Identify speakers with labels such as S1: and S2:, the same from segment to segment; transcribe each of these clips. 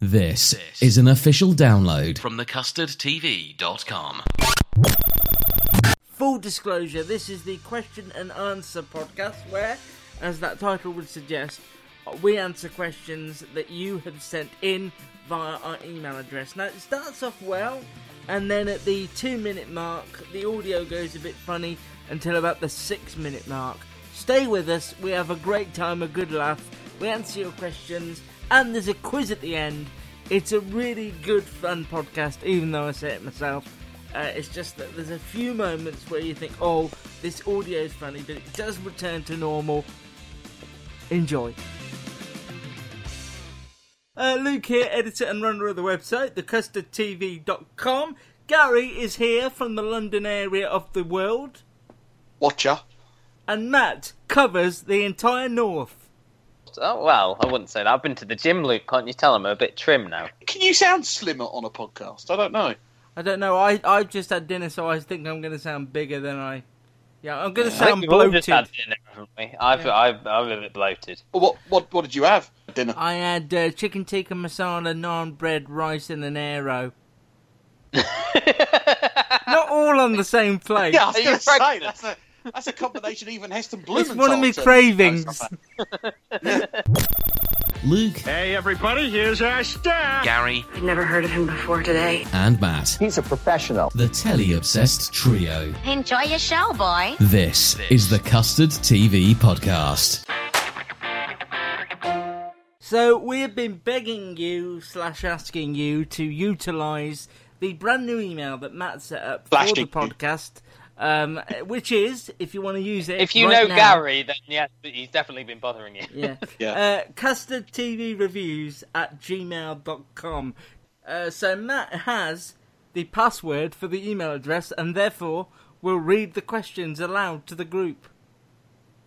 S1: This is an official download.
S2: from thecustardtv.com.
S3: Full disclosure, this is the question and answer podcast where, as that title would suggest, we answer questions that you have sent in via our email address. Now, it starts off well, and then at the two minute mark, the audio goes a bit funny until about the six minute mark. Stay with us, we have a great time, a good laugh, we answer your questions, and there's a quiz at the end. It's a really good, fun podcast, even though I say it myself. Uh, it's just that there's a few moments where you think, oh, this audio is funny, but it does return to normal. Enjoy. Uh, Luke here, editor and runner of the website, thecustardtv.com. Gary is here from the London area of the world,
S4: Watcher.
S3: and Matt covers the entire north.
S5: Oh well, I wouldn't say that. I've been to the gym, Luke. Can't you tell I'm a bit trim now?
S4: Can you sound slimmer on a podcast? I don't know.
S3: I don't know, I, I just had dinner, so I think I'm going to sound bigger than I. Yeah, I'm going to
S5: I think
S3: sound
S5: we've all just had
S3: bloated.
S5: dinner, haven't we? I've, I've, I'm a bit bloated.
S4: Well, What what what did you have at dinner?
S3: I had uh, chicken tikka masala, naan bread, rice, and an arrow. Not all on the same plate.
S4: yeah, I was
S5: Are you
S4: going to say
S5: pregnant?
S4: that's a that's a combination even Heston
S3: it's
S4: Blumenthal.
S3: one of my
S4: said.
S3: cravings.
S1: Luke
S6: Hey, everybody, here's our star.
S2: Gary
S7: I'd never heard of him before today.
S1: and Matt,
S6: He's a professional.
S1: the telly obsessed trio.
S7: Enjoy your show, boy.
S1: This is the Custard TV podcast.
S3: So we have been begging you slash asking you to utilise the brand new email that Matt set up for
S4: Flashing
S3: the podcast, um, which is if you want to use it.
S5: If you
S3: right
S5: know
S3: now-
S5: Gary, then yes, he's definitely been bothering you.
S3: yeah.
S4: Yeah.
S3: Uh, custard TV reviews at gmail.com. Uh, so Matt has the password for the email address and therefore will read the questions aloud to the group.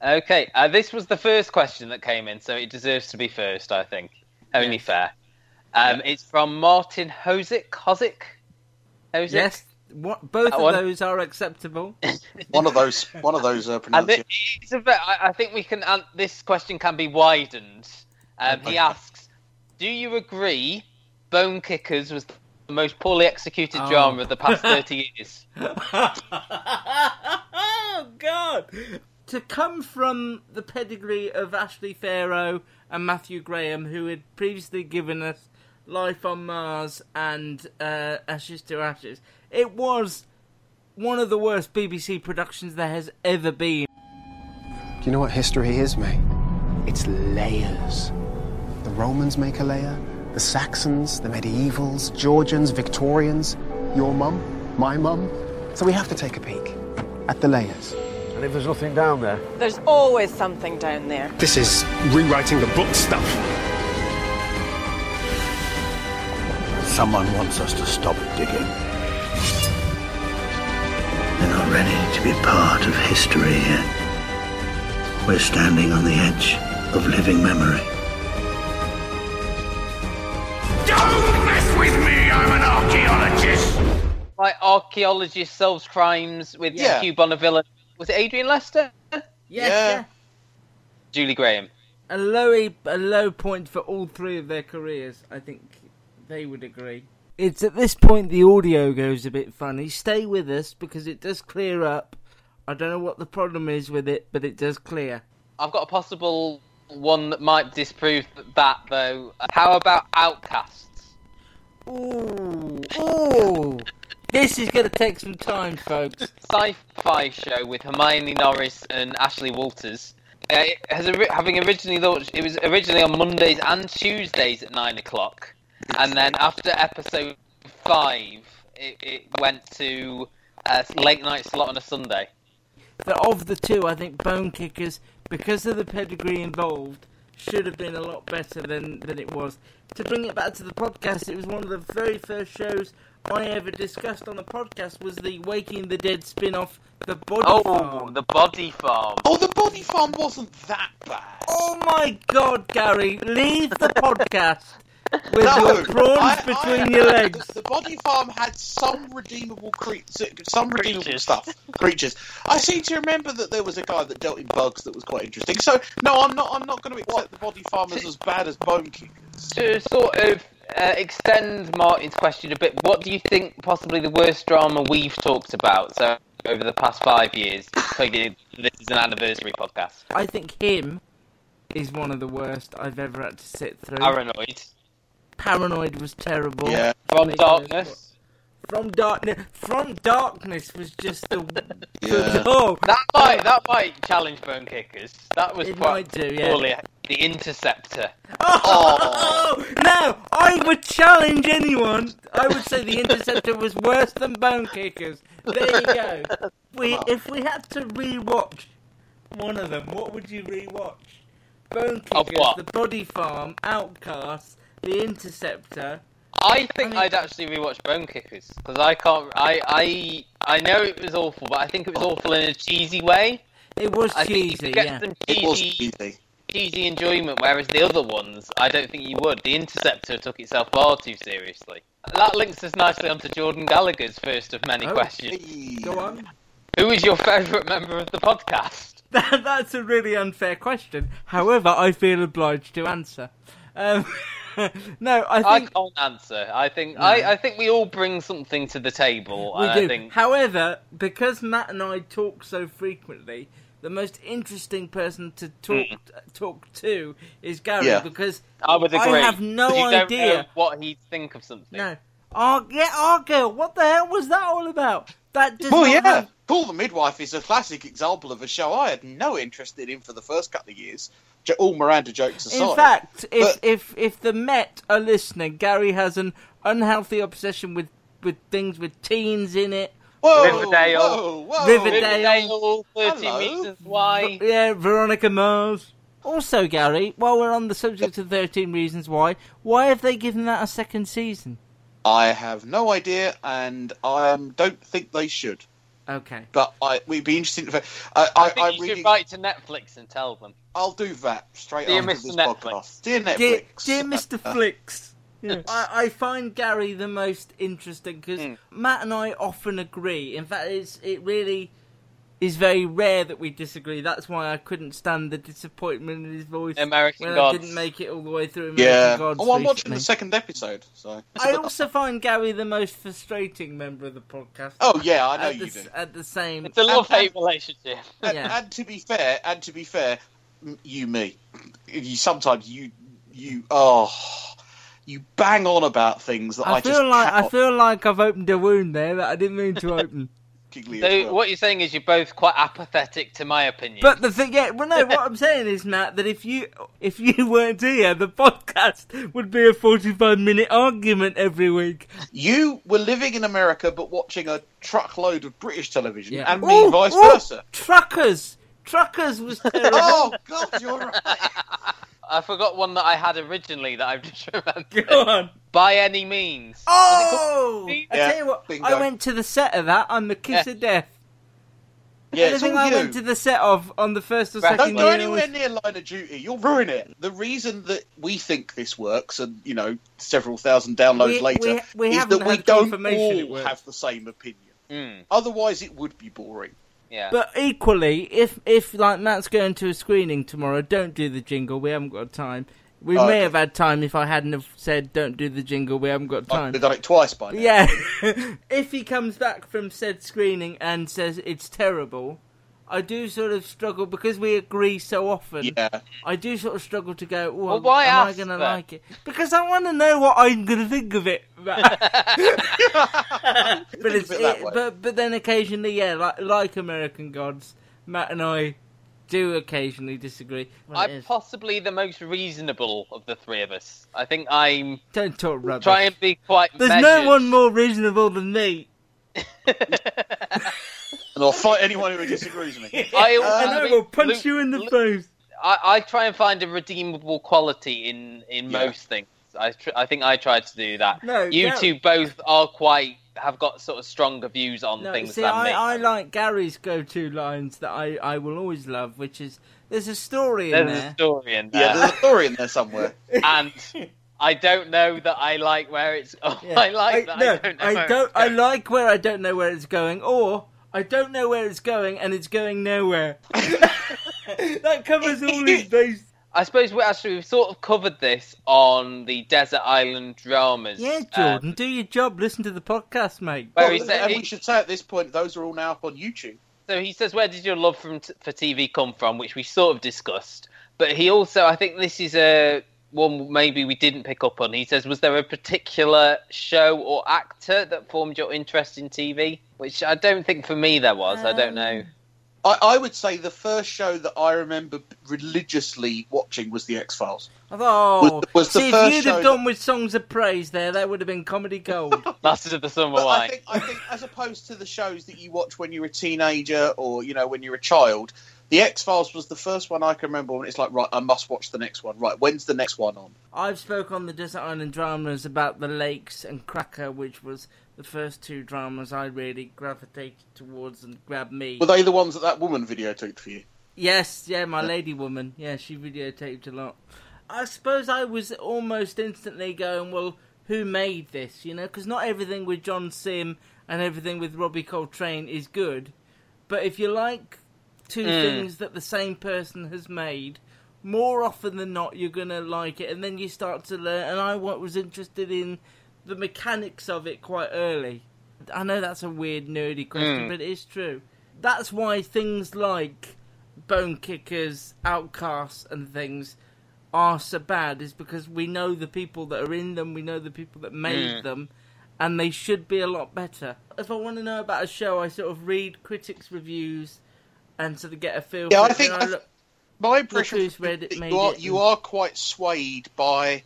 S5: Okay, uh, this was the first question that came in, so it deserves to be first, I think. Only fair. Um, It's from Martin Hosick. Hosick? Hosick?
S3: Yes, what, both
S5: That
S3: of
S5: one.
S3: those are acceptable.
S4: One of those one of those uh,
S5: And it,
S4: pronunciations.
S5: it's a bit, I, I think we can. an this question can be widened. Um, he asks, "Do you agree Bone Kickers was the most poorly executed
S3: Oh.
S5: drama of the past thirty years?"
S3: oh God! To come from the pedigree of Ashley Farrow and Matthew Graham, who had previously given us Life on Mars and uh, Ashes to Ashes, it was one of the worst BBC productions there has ever been.
S6: Do you know what history is, mate? It's layers. The Romans make a layer, the Saxons, the medievals, Georgians, Victorians, your mum, my mum. So we have to take a peek at the layers. And if there's nothing down there?
S7: There's always something down there.
S6: This is rewriting the book stuff.
S4: Someone wants us to stop digging. They're not ready to be part of history yet. We're standing on the edge of living memory.
S6: Don't mess with me, I'm an archaeologist!
S5: Like archaeologist solves crimes with
S4: Yeah.
S5: Hugh Bonneville. and- Was it Adrian Lester?
S3: Yes,
S4: Yeah.
S3: yeah.
S5: Julie Graham.
S3: A low a low point for all three of their careers. I think they would agree. It's at this point the audio goes a bit funny. Stay with us because it does clear up. I don't know what the problem is with it, but it does clear.
S5: I've got a possible one that might disprove that, though. Uh, How about Outcasts?
S3: Ooh, ooh. This is going to take some time, folks.
S5: sci-fi show with Hermione Norris and Ashley Walters. Uh, it has ori- having originally launched, it was originally on Mondays and Tuesdays at nine o'clock, and then after episode five, it, it went to a late night slot on a Sunday.
S3: But of the two, I think Bone Kickers, because of the pedigree involved, should have been a lot better than, than it was. To bring it back to the podcast, it was one of the very first shows I ever discussed on the podcast was the Waking the Dead spin-off, The Body
S5: Oh,
S3: Farm.
S5: the Body Farm.
S8: Oh, the body farm wasn't that bad.
S3: Oh my god, Gary, leave the podcast with your prawns
S8: I- I-
S3: between your legs.
S8: The body farm had some redeemable cre- some redeemable stuff, creatures. I seem to remember that there was a guy that dealt in bugs that was quite interesting. So no, I'm not. I'm not going to accept the body farm as as bad as bone kickers.
S5: To sort of uh, extend Martin's question a bit, what do you think possibly the worst drama we've talked about so over the past five years? Thinking this is an anniversary podcast.
S3: I think him is one of the worst I've ever had to sit through.
S5: Paranoid.
S3: Paranoid was terrible.
S8: Yeah.
S5: From Darkness.
S3: From darkness. From darkness was just the.
S8: Yeah.
S3: Oh,
S5: That might that might challenge Bone Kickers. That was
S3: It
S5: quite
S3: might do, yeah.
S5: poorly. The Interceptor.
S3: oh, no! I would challenge anyone. I would say the interceptor was worse than bone kickers. There you go. We, if we had to rewatch one of them, what would you rewatch? Bone
S5: Of
S3: kickers,
S5: what?
S3: the body farm, outcasts, the interceptor.
S5: I think I'd actually rewatch Bone Kickers because I can't. I I I know it was awful, but I think it was awful in a cheesy way.
S3: It was
S5: I think
S3: cheesy,
S5: you could get
S3: yeah.
S5: some
S8: It was
S5: cheesy,
S8: cheesy.
S5: cheesy enjoyment, whereas the other ones, I don't think you would. The Interceptor took itself far too seriously. That links us nicely onto Jordan Gallagher's first of many
S3: Oh.
S5: questions.
S3: Go on.
S5: Who is your favourite member of the podcast?
S3: That, that's a really unfair question. However, I feel obliged to answer. Um, no, I
S5: I
S3: think
S5: can't answer. I think I, I think we all bring something to the table. and
S3: we do.
S5: I think
S3: However, because Matt and I talk so frequently, the most interesting person to talk talk to is Gary
S8: Yeah.
S3: because
S5: Hmm. I would agree.
S3: have no
S5: you Don't know
S3: idea.
S5: what he'd think of something.
S3: No, our yeah, our girl. What the hell was that all about? That does
S8: Well,
S3: not
S8: yeah.
S3: have-
S8: Paul the Midwife is a classic example of a show I had no interest in for the first couple of years. Jo- All Miranda jokes aside.
S3: In fact, if
S8: But-
S3: if if the Met are listening, Gary has an unhealthy obsession with with things with teens in it.
S8: whoa,
S5: Riverdale.
S8: whoa, whoa.
S3: Riverdale.
S5: Riverdale, Thirteen
S8: Hello.
S5: Reasons Why.
S3: Yeah, Veronica Mars. Also, Gary, while we're on the subject of 13 Reasons Why, why have they given that a second season?
S8: I have no idea, and I um, don't think they should.
S3: Okay.
S8: But I, we'd be interesting. To, I, I,
S5: I think
S8: I'm
S5: you
S8: reading,
S5: should write to Netflix and tell them.
S8: I'll do that straight
S5: Dear
S8: after
S5: Mr.
S8: this
S5: Netflix.
S8: podcast. Dear Netflix,
S3: Dear, dear Mr. Flicks. I, I find Gary the most interesting because
S8: Hmm.
S3: Matt and I often agree. In fact, it's, it really is very rare that we disagree. That's why I couldn't stand the disappointment in his voice
S5: American
S3: when I
S5: Gods.
S3: didn't make it all the way through. American
S8: yeah.
S3: Gods
S8: oh, I'm watching
S3: recently.
S8: the second episode. So.
S3: I also find Gary the most frustrating member of the podcast.
S8: oh yeah, I know
S3: at
S8: you
S3: the,
S8: do.
S3: s- At the same,
S5: It's a love hate relationship.
S8: And,
S3: yeah.
S8: and to be fair, and to be fair, m- you me, you sometimes you you oh you bang on about things that I,
S3: I,
S8: just
S3: feel like I
S8: cannot
S3: feel like I've opened a wound there that I didn't mean to open.
S8: particularly as
S5: So
S8: well.
S5: what you're saying is you're both quite apathetic to my opinion.
S3: but the thing, yeah, well, no, what I'm saying is, Matt, that if you if you weren't here, the podcast would be a 45 minute argument every week.
S8: You were living in America but watching a truckload of British television, and me
S3: Ooh,
S8: vice
S3: ooh,
S8: versa.
S3: Truckers, truckers was terrible.
S8: Oh God, you're right.
S5: I forgot one that I had originally that I've just remembered.
S3: Go on.
S5: By any means.
S3: Oh, I
S8: Yeah,
S3: tell you what,
S8: bingo.
S3: I went to the set of that. I'm the kiss
S5: Yeah.
S3: of death.
S8: Yeah,
S3: the
S8: it's
S3: thing
S8: all
S3: I
S8: you.
S3: went to the set of on the first or
S5: Don't
S3: second
S8: Don't go
S3: year
S8: anywhere near Line of Duty. You'll ruin it. The reason that we think this works, and you know, several thousand downloads
S3: We-
S8: later,
S3: we- we
S8: is
S3: haven't
S8: that we
S3: had
S8: don't
S3: confirmation it
S8: all
S3: works.
S8: have the same opinion.
S5: Mm,
S8: Otherwise, it would be boring.
S5: yeah.
S3: But equally, if if like Matt's going to a screening tomorrow, don't do the jingle. We haven't got time. We
S8: Oh,
S3: may
S8: okay.
S3: have had time if I hadn't have said, "Don't do the jingle." We haven't got time.
S8: I've done it twice by now.
S3: Yeah. if he comes back from said screening and says it's terrible, I do sort of struggle because we agree so often.
S8: Yeah.
S3: I do sort of struggle to go. Well,
S5: Well, why
S3: am I
S5: ask
S3: going to
S5: then?
S3: like it? Because I want to know what I'm going to think of it. but it's
S8: it that way.
S3: but but then occasionally, yeah, like like American Gods, Matt and I do occasionally disagree. Well, it
S5: I'm
S3: is.
S5: possibly the most reasonable of the three of us. I think I'm
S3: Don't talk rubbish.
S5: try and be quite.
S3: There's
S5: measured.
S3: no one more reasonable than me.
S8: And I'll fight anyone who disagrees with me.
S5: I,
S3: and Uh, I will punch you in the face.
S5: I, I try and find a redeemable quality in in
S8: Yeah.
S5: most things. I tr- I think I tried to do that.
S3: No,
S5: you
S3: Gar-
S5: two both are quite have got sort of stronger views on
S3: No,
S5: things
S3: see,
S5: than
S3: I,
S5: me.
S3: I like Gary's go-to lines that I, I will always love, which is "There's a story in
S5: There's
S3: there."
S5: a story in
S8: Yeah,
S5: there,
S8: there's a story in there somewhere.
S5: and I don't know that I like where it's. Oh,
S3: Yeah.
S5: I like that.
S3: no,
S5: I don't know.
S3: I
S5: where
S3: don't.
S5: it's
S3: I
S5: going.
S3: like where I don't know where it's going, or I don't know where it's going and it's going nowhere. that covers all his bases.
S5: I suppose we actually we've sort of covered this on the desert island dramas.
S3: Yeah,
S5: uh,
S3: Jordan, do your job. Listen to the podcast, mate.
S5: where he
S8: Well,
S5: said-
S8: and
S5: he-
S8: we should say at this point, those are all now up on YouTube.
S5: So he says, "Where did your love from t- for TV come from?" Which we sort of discussed, but he also, I think, this is a one maybe we didn't pick up on. He says, "Was there a particular show or actor that formed your interest in TV?" Which I don't think for me there was. I don't know.
S8: I, I would say the first show that I remember religiously watching was The X Files.
S3: Oh,
S8: Was- was the
S3: see, if
S8: first
S3: you'd have
S8: show
S3: gone with songs of praise there, that would have been comedy gold.
S5: Masters of the Summer
S8: But I
S5: Wine.
S8: think, I think, as opposed to the shows that you watch when you're a teenager or you know when you're a child, The X Files was the first one I can remember. When it's like, right, I must watch the next one. Right, when's the next one on?
S3: I've spoke on the Desert Island dramas about the lakes and Cracker, which was the first two dramas I really gravitated towards and grabbed me.
S8: Were they the ones that that woman videotaped for you?
S3: Yes, yeah, my lady woman. Yeah, she videotaped a lot. I suppose I was almost instantly going, well, who made this? You know, because not everything with John Sim and everything with Robbie Coltrane is good. But if you like two things that the same person has made, more often than not, you're going to like it. And then you start to learn. And I wa- was interested in the mechanics of it quite early. I know that's a weird, nerdy question, but it is true. That's why things like Bone Kickers, Outcasts, and things are so bad is because we know the people that are in them, we know the people that made them, and they should be a lot better. If I want to know about a show, I sort of read critics' reviews and sort of get a feel.
S8: Yeah,
S3: for
S8: I
S3: it, and
S8: think-
S3: I
S8: I
S3: look-
S8: My impression
S3: who's
S8: is
S3: read it
S8: that
S3: made
S8: you are
S3: it
S8: you
S3: and-
S8: are quite swayed by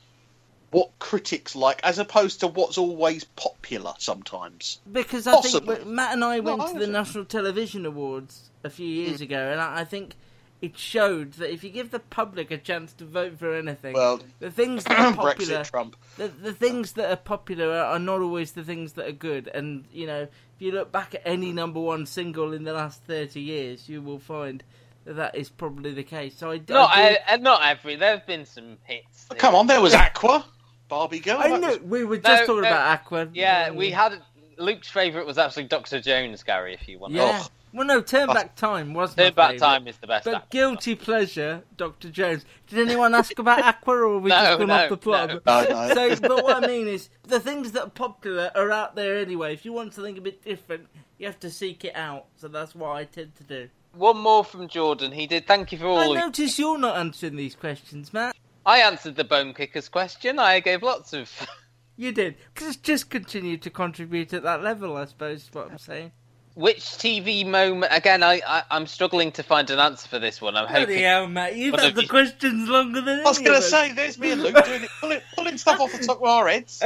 S8: what critics like, as opposed to what's always popular. Sometimes,
S3: because I
S8: Possibly.
S3: think we- Matt and I
S8: No,
S3: went
S8: I
S3: to the
S8: was-
S3: National Television Awards a few
S8: Mm.
S3: years ago, and I, I think it showed that if you give the public a chance to vote for anything,
S8: Well,
S3: the things that are popular,
S8: Brexit, Trump.
S3: the, the things that are popular are, are not always the things that are good. And you know, if you look back at any number one single in the last thirty years, you will find that that is probably the case. So I, d-
S5: not,
S3: I do-
S5: e- and not every. There have been some hits.
S8: Oh, Come on, there was Aqua, Barbie Girl.
S3: I
S8: that
S3: know
S8: was-
S3: we were just
S5: No,
S3: talking
S5: no.
S3: about Aqua.
S5: Yeah,
S3: Mm.
S5: we had Luke's favourite was actually Doctor Jones, Gary. If you want,
S3: Yeah.
S5: oh,
S3: Well, no, Turn Back Time was my
S5: Turn Back
S3: favourite.
S5: Time is the best.
S3: But
S5: actor.
S3: guilty pleasure, Doctor Jones. Did anyone ask about Aqua, or have we
S5: No,
S3: just gone
S5: no,
S3: off the plot?
S5: no.
S8: No, no.
S3: So, but what I mean is, the things that are popular are out there anyway. If you want something a bit different, you have to seek it out. So that's what I tend to do.
S5: One more from Jordan. He did. Thank you for all.
S3: I
S5: of your
S3: notice you're not answering these questions, Matt.
S5: I answered the bone kickers question. I gave lots of.
S3: You did. Just, just continue to contribute at that level, I suppose, is what I'm saying.
S5: Which TV moment? Again, I, I I'm struggling to find an answer for this one. I'm
S3: Bloody
S5: hoping.
S3: hell, Matt. You've
S5: What
S3: had
S5: have
S3: the
S5: you-
S3: questions longer than
S8: I was
S3: any of
S8: going to
S3: us.
S8: say, there's me and Luke doing it, pulling, pulling stuff off the top of our heads.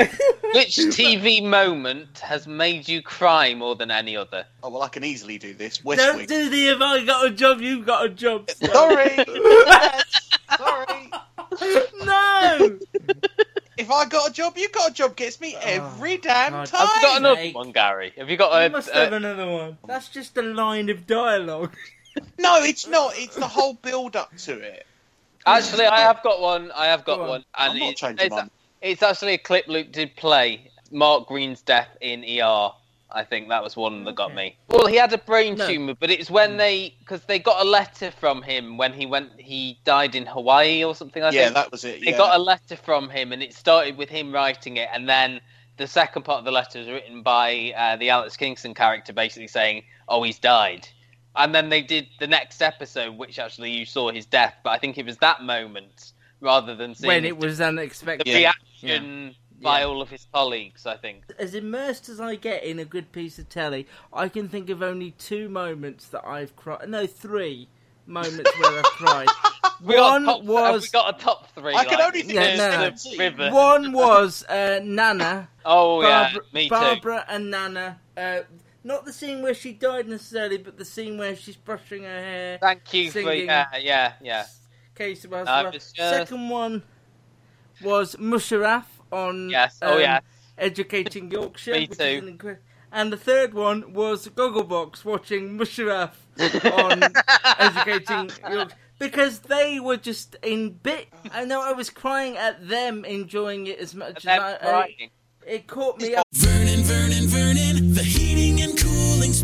S5: Which TV moment has made you cry more than any other?
S8: Oh well, I can easily do this. West
S3: Don't
S8: Wing.
S3: do the if I got a job, you've got a job.
S8: Sorry, sorry.
S3: no!
S8: If I got a job, you got a job. Gets me every damn
S3: Oh, God.
S8: time.
S5: I've got another
S3: mate.
S5: one, Gary. Have you got a?
S3: You must
S5: a-
S3: have another one. That's just a line of dialogue.
S8: No, it's not. It's the whole build up to it.
S5: actually, I have got one. I have got
S3: Go on.
S5: one, and
S8: I'm not
S5: it-
S8: changing
S5: it's,
S8: mine.
S5: it's actually a clip Luke did play. Mark Green's death in ER. I think that was one that got me. Well, he had a brain
S3: No. Hmm.
S5: tumor, but it's when they because they got a letter from him when he went. He died in Hawaii or something. I
S8: yeah,
S5: think.
S8: that was it.
S5: They
S8: yeah.
S5: got a letter from him, and it started with him writing it, and then the second part of the letter was written by uh, the Alex Kingston character, basically saying, "Oh, he's died," And then they did the next episode, which actually you saw his death, but I think it was that moment rather than seeing
S3: when
S5: his
S3: it was unexpected.
S5: the reaction by all of his colleagues. I think
S3: As immersed as I get in a good piece of telly, I can think of only two moments that I've cried. No, three moments where I've cried.
S5: we
S3: One
S5: got top,
S3: was
S5: we got a top three.
S3: I can
S5: like,
S3: only think
S5: in
S3: of
S5: the
S3: Steve.
S5: river.
S3: One was uh, Nana.
S5: Oh, yeah, me too.
S3: Barbara and Nana. Uh, not the scene where she died necessarily, but the scene where she's brushing her hair.
S5: Thank you for
S3: singing
S5: yeah, yeah, yeah.
S3: Case of
S5: I
S3: Asra.
S5: was just-
S3: Second one was Musharraf on um,
S5: Yes, oh, yes.
S3: Educating Yorkshire.
S5: Me
S3: which is
S5: too.
S3: an incre- and the third one was Gogglebox watching Musharraf on Educating Yorkshire. Because they were just in bit. I know I was crying at them enjoying it as much as
S5: them
S3: I.
S5: crying.
S3: it caught me up.
S9: Vernon, Vernon, Vernon, the heating and cooling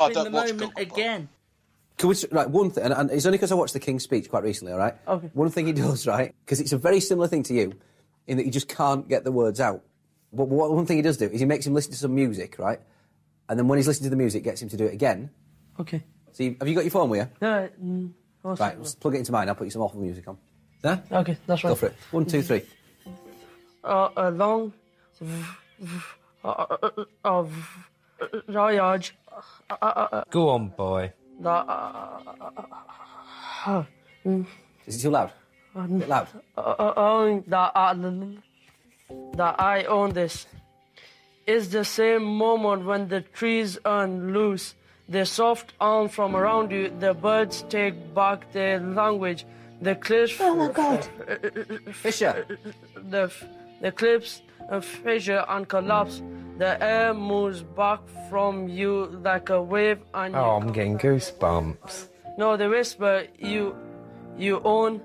S3: in the moment again.
S10: Can we, s- right, one thing, and, and it's only because I watched The King's Speech quite recently, all right? Okay. One thing he does, right, because it's a very similar thing to you, in that you just can't get the words out. But what, one thing he does do is he makes him listen to some music, right? And then when he's listening to the music, gets him to do it again.
S3: Okay.
S10: So you, have you got your phone with you?
S3: No, mm, what's
S10: Right,
S3: it?
S10: let's plug it into mine. I'll put you some awful music on. There?
S3: Okay, that's
S10: Go
S3: right.
S10: for it. One, two, three.
S11: uh, a long of voyage.
S12: Go on, boy.
S10: Is it too loud? bit loud.
S11: Own that I, that I own this. It's the same moment when the trees unloose loose. The soft arm from around you. The birds take back their language. The cliffs. Oh my God!
S10: Fisher.
S11: The f- the cliffs of fissure and collapse. The air moves back from you like a wave, and you
S12: Oh, I'm getting goosebumps.
S11: no, the whisper, you, you own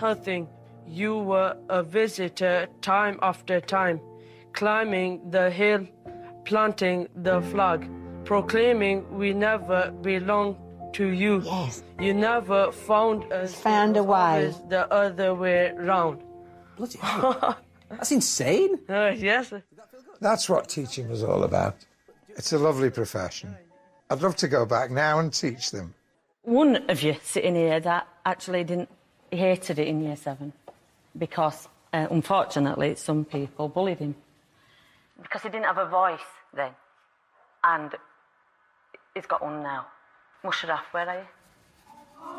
S11: nothing. You were a visitor time after time, climbing the hill, planting the flag, proclaiming we never belong to you. Yes. You never found us. Found a way. The other way round.
S10: Bloody That's insane.
S11: Uh, yes.
S13: That's what teaching was all about. It's a lovely profession. I'd love to go back now and teach them.
S14: One of you sitting here that actually didn't hated it in year seven because uh, unfortunately some people bullied him.
S15: Because he didn't have a voice then. And he's got one now. Musharraf, where are you?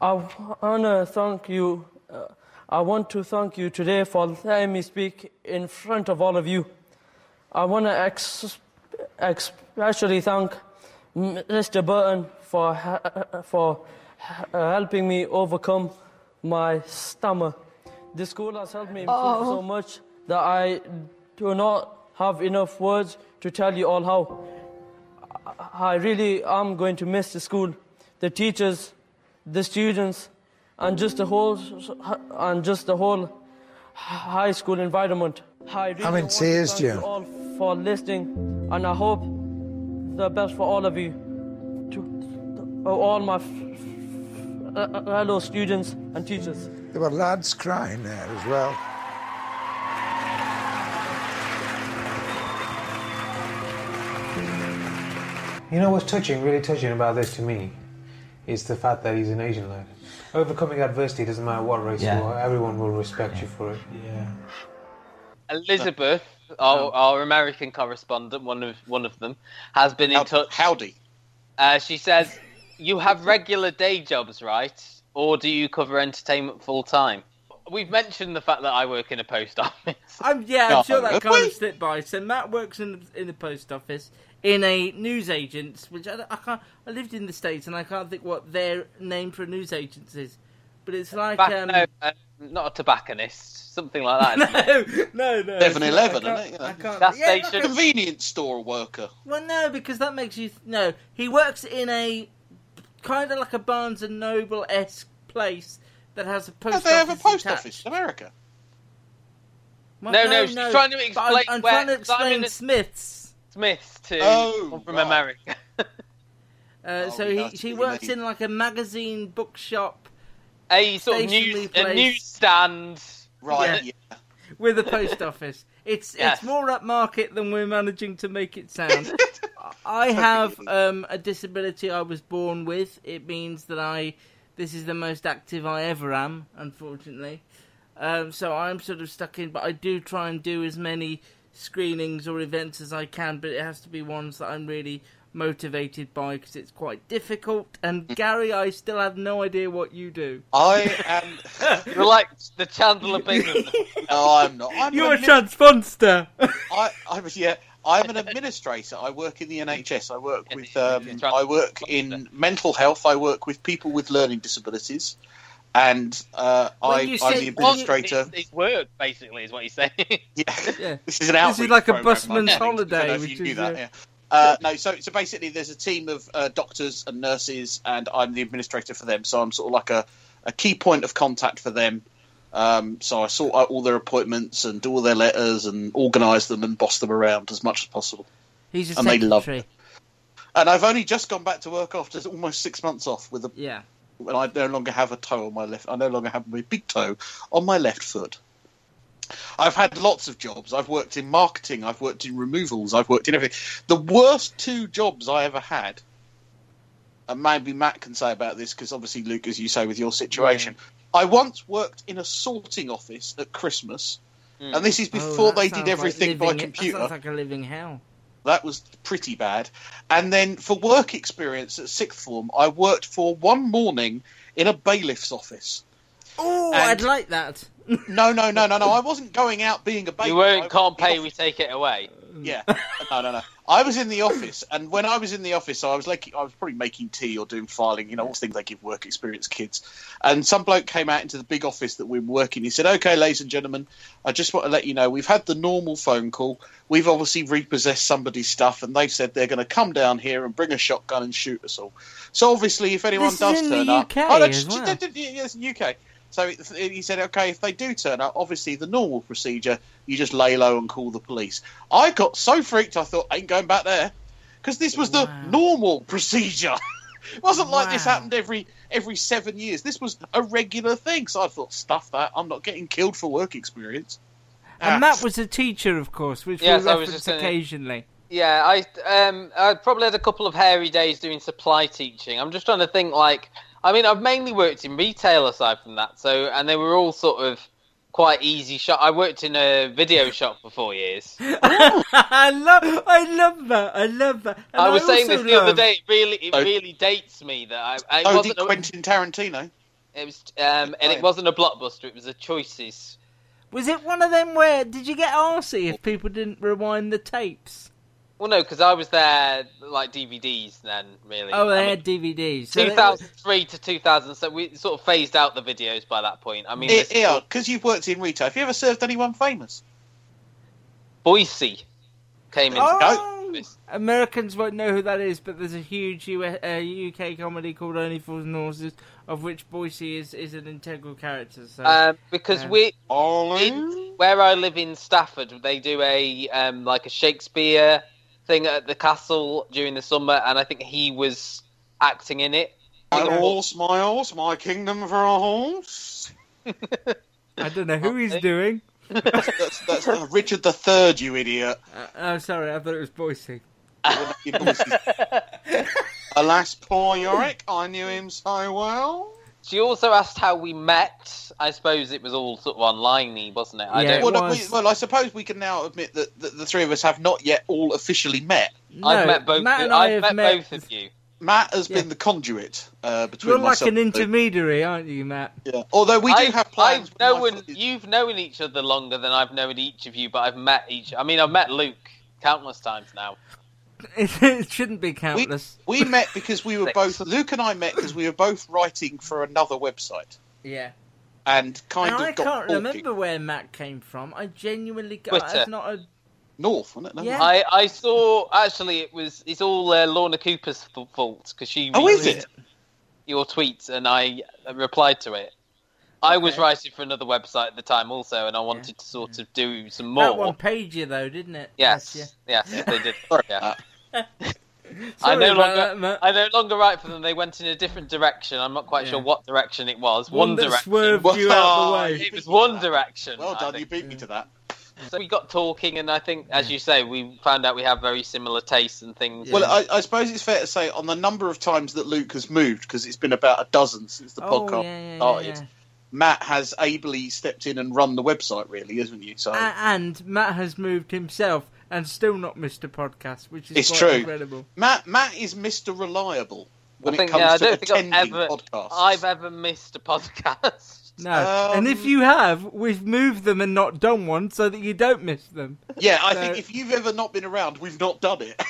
S11: I want to thank you. Uh, I want to thank you today for letting me speak in front of all of you. I want to ex- especially thank Mr. Burton for, he- for uh, helping me overcome my stammer. The school has helped me improve
S14: Oh.
S11: so much that I do not have enough words to tell you all how. I really am going to miss the school, the teachers, the students, and just the whole and just the whole high school environment. I really
S13: I'm in
S11: want to
S13: tears,
S11: thank you
S13: Jim.
S11: all for listening, and I hope the best for all of you, to, to all my f- f- fellow students and teachers.
S13: There were lads crying there as well.
S16: You know what's touching, really touching about this to me, is the fact that he's an Asian lad. Overcoming adversity doesn't matter what race
S12: Yeah.
S16: you are; everyone will respect you for it. Yeah.
S5: Elizabeth, our, our American correspondent, one of one of them, has been in touch.
S8: Howdy.
S5: Uh, she says, "You have regular day jobs, right? Or do you cover entertainment full time?" We've mentioned the fact that I work in a post office.
S3: I'm, yeah, I'm
S5: No,
S3: sure that
S5: really?
S3: kind of slipped by. So Matt works in in the post office in a newsagent's, which I, don't- I can't. I lived in the states and I can't think what their name for a newsagent is, but it's like
S5: Tobacco-
S3: um,
S5: no, uh, not a tobacconist, something like that.
S3: no, no,
S8: 7 Eleven,
S3: I
S8: isn't
S3: can't-
S8: it?
S3: I can't-
S5: Gas
S3: yeah,
S5: station.
S3: like a-
S8: Convenience store worker.
S3: Well, no, because that makes you th- no. He works in a kind of like a Barnes and Noble esque place that has a post
S8: they
S3: office.
S8: have a post
S3: attached.
S8: office in America.
S3: Well,
S5: No, no, she's trying to
S3: but
S5: explain
S3: I'm, I'm
S5: where-
S3: trying to
S5: so I'm
S3: explain
S5: in a-
S3: Smiths.
S5: Smiths to
S3: Oh,
S5: from
S3: right.
S5: America.
S3: Uh, so he, she works in like a magazine bookshop,
S5: a sort of
S3: stationary
S5: news, a
S3: place.
S5: newsstand.
S3: Right,
S5: Yeah.
S3: with a post office. It's
S5: Yes.
S3: it's more upmarket than we're managing to make it sound. I have um, a disability I was born with. It means that I this is the most active I ever am, unfortunately. Um, so I'm sort of stuck in, but I do try and do as many screenings or events as I can, but it has to be ones that I'm really motivated by because it's quite difficult. And Gary, I still have no idea what you do.
S8: I
S5: am. You're like the Chandler Bingham.
S8: No, I'm not. I'm
S3: You're a
S8: admin-
S3: transponster.
S8: I, I was yeah. I'm an administrator. I work in the NHS. I work with um, I work in mental health. I work with people with learning disabilities, and uh, I,
S5: When you
S8: I'm
S5: say-
S8: the administrator.
S5: It's, it's work, basically, is what you're saying.
S8: yeah. This is
S5: This is
S8: an outreach.
S5: like a
S8: programme,
S5: busman's
S8: I think. I
S5: holiday,
S8: don't know if you
S5: which
S8: knew
S5: is,
S8: that,
S5: uh,
S8: yeah. Uh, no, so so basically, there's a team of uh, doctors and nurses, and I'm the administrator for them. So I'm sort of like a, a key point of contact for them. Um, so I sort out all their appointments and do all their letters and organise them and boss them around as much as possible.
S3: He's a
S8: and they love
S3: secretary.
S8: it. And I've only just gone back to work after almost six months off with a
S3: yeah.
S8: And I no longer have a toe on my left. I no longer have my big toe on my left foot. I've had lots of jobs. I've worked in marketing. I've worked in removals. I've worked in everything. The worst two jobs I ever had, and maybe Matt can say about this because obviously, Luke, as you say, with your situation, I once worked in a sorting office at Christmas, and this is
S3: Oh,
S8: before
S3: that
S8: they
S3: sounds
S8: did
S3: like
S8: everything by
S3: living- that
S8: computer.
S3: sounds like a living hell.
S8: That was pretty bad. And then for work experience at sixth form, I worked for one morning in a bailiff's office.
S3: Oh, I'd like that.
S8: No, no, no, no, no. I wasn't going out being a bailiff.
S5: You weren't
S8: I-
S5: can't pay, we take it away.
S8: Yeah. No, no, no. I was in the office, and when I was in the office, I was like, I was probably making tea or doing filing, you know, all the things they give work experience kids. And some bloke came out into the big office that we were working. He said, "Okay, ladies and gentlemen, I just want to let you know we've had the normal phone call. We've obviously repossessed somebody's stuff, and they've said they're going to come down here and bring a shotgun and shoot us all. So obviously, if anyone
S3: This is
S8: does
S3: in the
S8: turn up,
S3: UK
S8: Oh, no,
S3: as
S8: just-
S3: well.
S8: yes, UK. So it- he said, okay, if they do turn up, obviously the normal procedure, you just lay low and call the police. I got so freaked, I thought, I ain't going back there, because this was the normal procedure. it wasn't like this happened every every seven years. This was a regular thing. So I thought, stuff that. I'm not getting killed for work experience. Ah.
S3: And Matt was a teacher, of course, which
S5: Yes,
S3: we
S5: I was
S3: reference
S5: just gonna-
S3: occasionally.
S5: Yeah, I um, I probably had a couple of hairy days doing supply teaching. I'm just trying to think, like, I mean, I've mainly worked in retail aside from that, so and they were all sort of quite easy shop. I worked in a video shop for four years.
S3: I love, I love that. I love that. And
S5: I was saying
S3: also
S5: this the other
S3: love-
S5: day. It really, it
S8: So-
S5: really dates me that I, I it
S8: So
S5: wasn't.
S8: Oh, did
S5: a-
S8: Quentin Tarantino.
S5: It was, um, and it wasn't a blockbuster. It was a choices.
S3: Was it one of them where did you get arsey if people didn't rewind the tapes?
S5: Well, no, because I was there like DVDs then, really.
S3: Oh,
S5: I
S3: they
S5: mean,
S3: had DVDs. So they-
S5: 2003 to 2000, so we sort of phased out the videos by that point. I mean,
S8: Eh,
S5: this-
S8: yeah, because you've worked in retail. Have you ever served anyone famous?
S5: Boise came in.
S3: Oh, Americans won't know who that is, but there's a huge US, uh, UK comedy called Only Fools and Horses, of which Boise is, is an integral character. So,
S8: Uh,
S5: Um, because
S3: um,
S5: we, in- where I live in Stafford, they do a um, like a Shakespeare thing at the castle during the summer, and I think he was acting in it.
S8: My horse, my horse, my kingdom for a horse.
S3: I don't know who he's doing.
S8: that's, that's uh, Richard the Third, you idiot.
S3: Oh, sorry, I thought it was Boise.
S8: Alas, poor Yorick. I knew him so well.
S5: She also asked how we met. I suppose it was all sort of online wasn't it? I don't
S8: well, no, we- well, I suppose we can now admit that, that the three of us have not yet all officially met.
S5: I've met both.
S3: Matt
S5: of,
S3: and I
S5: I've
S3: have
S5: met,
S3: met-
S5: both of you.
S8: Matt has been the conduit uh, between
S3: You're like
S8: myself
S3: an intermediary, aren't you, Matt?
S8: Yeah. Although we do
S5: I've-
S8: have plans.
S5: I've known you've known each other longer than I've known each of you, but I've met each. I mean, I've met Luke countless times now.
S3: it shouldn't be countless.
S8: We met because we were both Luke and I met because we were both writing for another website
S3: Yeah.
S8: and kind
S3: And
S8: of
S3: I
S8: got
S3: can't
S8: balky.
S3: remember where Matt came from. I genuinely
S5: But,
S3: got.
S5: uh,
S3: That's not a.
S8: North, wasn't it? No?
S3: Yeah.
S5: I, I saw actually it was it's all uh, Lorna Cooper's f- fault because she
S8: Oh, is
S5: retweeted your tweets and I replied to it. I was writing for another website at the time also, and I wanted to sort of do some more.
S3: That one paid you though, didn't it?
S5: Yes,
S3: Bless
S5: yes, they did.
S8: Uh,
S5: yeah.
S3: you.
S5: I
S3: Sorry
S5: no
S3: about
S5: longer
S3: that, Matt.
S5: I no longer write for them. They went in a different direction. I'm not quite
S3: Yeah.
S5: sure what direction it was.
S3: One
S5: One,
S3: that
S5: direction.
S3: swerved you out the
S5: Oh,
S3: way.
S5: It was One Direction.
S8: Well
S5: I
S8: done,
S5: think.
S8: you beat me to that.
S5: So we got talking, and I think, as you say, we found out we have very similar tastes and things.
S8: Well, I, I suppose it's fair to say on the number of times that Luke has moved, because it's been about a dozen since the
S5: Oh,
S8: podcast
S5: yeah, yeah, yeah,
S8: started.
S5: yeah.
S8: Matt has ably stepped in and run the website, really, isn't you? So
S3: A- and Matt has moved himself and still not missed a podcast, which is
S8: It's
S3: quite
S8: true.
S3: incredible.
S8: Matt Matt is Mister Reliable when
S5: I think,
S8: it comes
S5: yeah, I
S8: to
S5: don't
S8: attending
S5: think I've ever,
S8: podcasts.
S5: I've ever missed a podcast.
S3: No, and if
S8: Um,
S3: you have, we've moved them and not done one so that you don't miss them.
S8: Yeah, I
S3: So-
S8: think if you've ever not been around, we've not done it.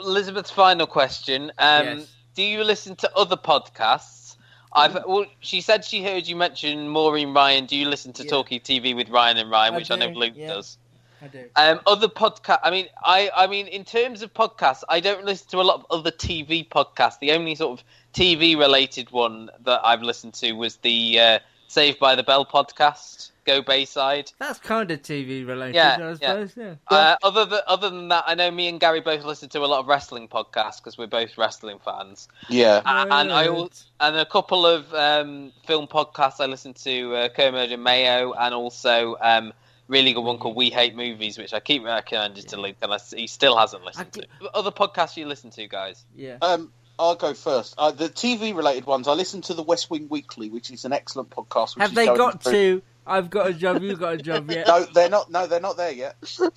S5: Elizabeth's final question: um,
S8: Yes.
S5: Do you listen to other podcasts? I've
S3: Mm.
S5: well, she said she heard you mention Maureen Ryan. Do you listen to Talkie TV with Ryan and Ryan,
S3: I
S5: which I, know
S3: do,
S5: Luke
S3: yeah.
S5: does?
S3: I do.
S5: Um, other podcast. I mean, I, I mean, in terms of podcasts, I don't listen to a lot of other TV podcasts. The only sort of TV related one that I've listened to was the uh, Saved by the Bell podcast. Go Bayside.
S3: That's kind of TV related,
S5: Yeah,
S3: I
S5: yeah.
S3: suppose. Yeah.
S5: Uh, other than other than that, I know me and Gary both listen to a lot of wrestling podcasts because we're both wrestling fans.
S8: Yeah.
S5: A- and
S8: Right.
S5: I al- and a couple of um, film podcasts I listen to uh, Kermode and Mayo, and also um, really good one called We Hate Movies, which I keep recommending to Luke, and I s he still hasn't listened to. Other podcasts you listen to, guys?
S3: Yeah.
S8: Um, I'll go first. Uh, the TV related ones. I listen to the West Wing Weekly, which is an excellent podcast. Which
S3: Have
S8: is
S3: they
S8: going
S3: got
S8: through-
S3: to? I've got a job. You've got a job yet.
S8: No, they're not. No, they're not there yet.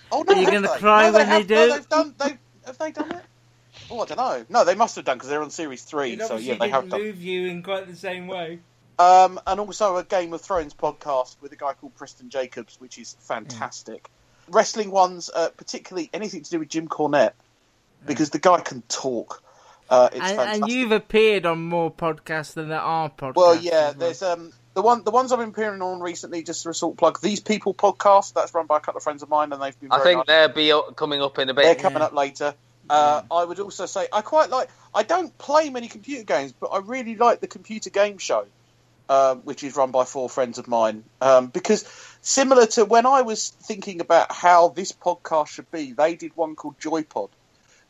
S8: Oh no,
S3: Are you
S8: have
S3: gonna
S8: they?
S3: cry
S8: No, they
S3: when they
S8: have- no,
S3: do?
S8: they've done. They have they done it? Oh, I don't know. No, they must have done because they're on series three.
S3: It
S8: so
S3: obviously
S8: yeah, they have
S3: didn't
S8: done.
S3: move you in quite the same way.
S8: Um, and also a Game of Thrones podcast with a guy called Preston Jacobs, which is fantastic. Wrestling ones, uh, particularly anything to do with Jim Cornette, because the guy can talk. Uh, it's
S3: And,
S8: fantastic.
S3: and you've appeared on more podcasts than there are podcasts.
S8: Well, yeah,
S3: as
S8: there's um the one the ones I've been appearing on recently. Just a sort of plug these people podcast that's run by a couple of friends of mine, and they've been.
S5: I
S8: very nice.
S5: think they'll be o- coming up in a bit.
S8: They're coming up later. Uh, I would also say I quite like. I don't play many computer games, but I really like the computer game show, um, which is run by four friends of mine. Um, because similar to when I was thinking about how this podcast should be, they did one called Joypod,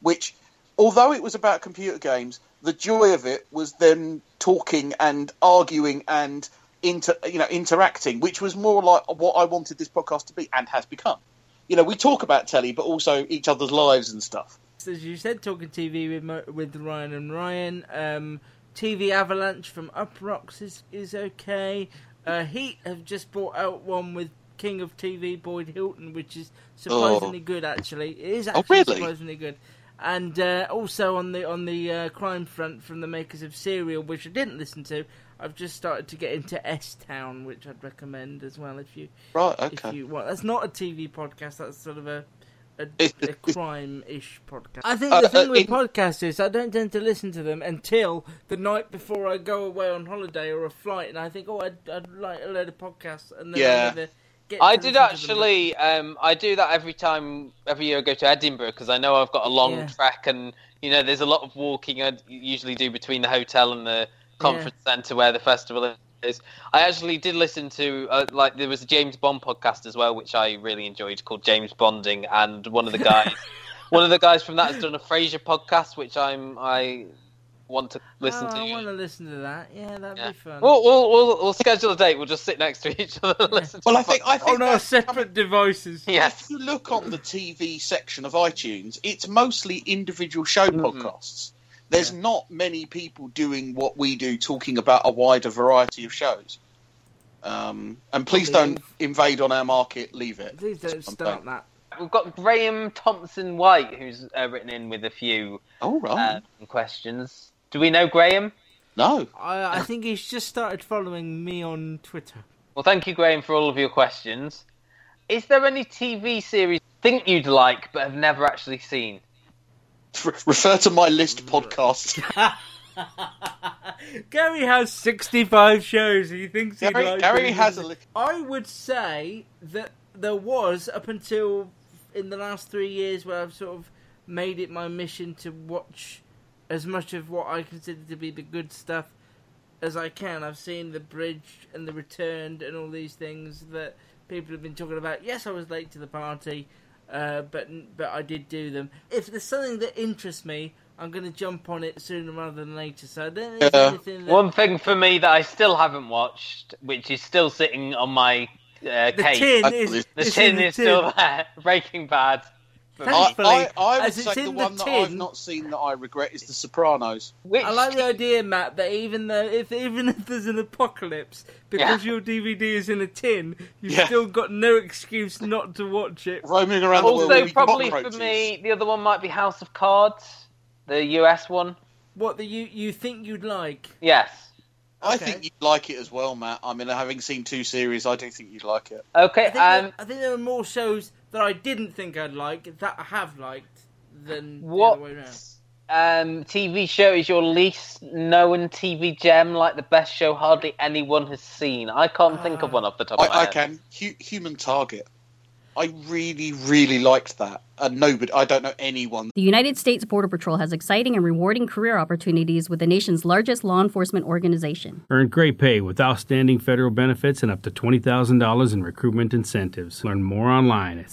S8: which, although it was about computer games, the joy of it was them talking and arguing and inter you know interacting, which was more like what I wanted this podcast to be and has become you know, we talk about telly, but also each other's lives and stuff.
S3: as you said, talking TV with Mo- with Ryan and Ryan. Um, TV Avalanche from Up Rocks is is okay. Uh, Heat have just brought out one with King of TV Boyd Hilton, which is surprisingly good. Actually, it is
S8: Oh,
S3: actually
S8: really?
S3: surprisingly good. And uh, also on the on the uh, crime front from the makers of Serial, which I didn't listen to. I've just started to get into S Town, which I'd recommend as well if you
S8: Right,
S3: if
S8: okay.
S3: you want. That's not a TV podcast. That's sort of a a,
S8: It's-
S3: a crime-ish podcast. I think
S8: Uh,
S3: the thing
S8: uh, in-
S3: with podcasts is I don't tend to listen to them until the night before I go away on holiday or a flight, and I think, oh, I'd, I'd like a load of podcasts, and then
S5: Yeah.
S3: I never get.
S5: I
S3: to
S5: did
S3: listen to them.
S5: actually. Um, I do that every time, every year I go to Edinburgh because I know I've got a long
S3: Yeah.
S5: trek, and you know, there's a lot of walking I usually do between the hotel and the conference centre where the festival is. I actually did listen to uh, like there was a James Bond podcast as well, which I really enjoyed called James Bonding, and one of the guys, one of the guys from that has done a Fraser podcast, which I'm I want to listen
S3: Oh,
S5: to.
S3: I want to listen to that. Yeah, that'd be fun.
S5: We'll, we'll, we'll, we'll schedule a date. We'll just sit next to each other and listen.
S8: Well,
S5: to
S8: I think I think
S3: on our Oh, separate devices.
S5: Yes.
S8: If you look on the TV section of iTunes, it's mostly individual show podcasts. There's not many people doing what we do, talking about a wider variety of shows. Um, and please don't invade on our market. Leave it.
S3: Please don't
S8: Something.
S3: start that.
S5: We've got Graham Thompson White, who's uh, written in with a few um, questions. Do we know Graham?
S8: No.
S3: I, I think he's just started following me on Twitter.
S5: Well, thank you, Graham, for all of your questions. Is there any TV series you think you'd like but have never actually seen?
S8: refer to my list podcast.
S3: Gary has 65 shows. He thinks he
S8: Gary-
S3: likes
S8: Gary
S3: these.
S8: has a li-
S3: I would say that there was up until in the last three years where I've sort of made it my mission to watch as much of what I consider to be the good stuff as I can. I've seen The Bridge and The Returned and all these things that people have been talking about. Yes, I was late to the party, uh, but but I did do them. If there's something that interests me, I'm going to jump on it sooner rather than later. So I don't think there's anything that...
S5: One thing for me that I still haven't watched, which is still sitting on my uh,
S3: The
S5: case.
S3: tin is-
S5: the
S3: it's
S5: tin
S3: in the
S5: is still
S3: tin.
S5: there. Breaking Bad.
S8: I, I, I would
S3: as
S8: say
S3: it's
S8: the
S3: in the
S8: one that I've
S3: tin-
S8: not seen that I regret is The Sopranos.
S3: I like the idea, Matt, that even though if even if there's an apocalypse, because your DVD is in a tin, you've
S8: Yeah.
S3: still got no excuse not to watch it.
S8: Roaming around the world
S5: also,
S8: with
S5: probably for
S8: cockroaches.
S5: me, the other one might be House of Cards, the US one.
S3: What that you you think you'd like?
S5: Yes.
S8: I think you'd like it as well, Matt. I mean, having seen two series, I do think you'd like it.
S5: Okay, um,
S3: I think,
S8: Um,
S3: there, I think there are more shows that I didn't think I'd like that I have liked than
S5: What
S3: the other way around.
S5: um, TV show is your least known TV gem, like the best show hardly anyone has seen? I can't think of one off the top of my
S8: I, I
S5: head.
S8: can. Hu- Human Target. I really, really liked that. And nobody, I don't know anyone.
S17: The United States Border Patrol has exciting and rewarding career opportunities with the nation's largest law enforcement organization.
S18: Earn great pay with outstanding federal benefits and up to $20,000 in recruitment incentives. Learn more online at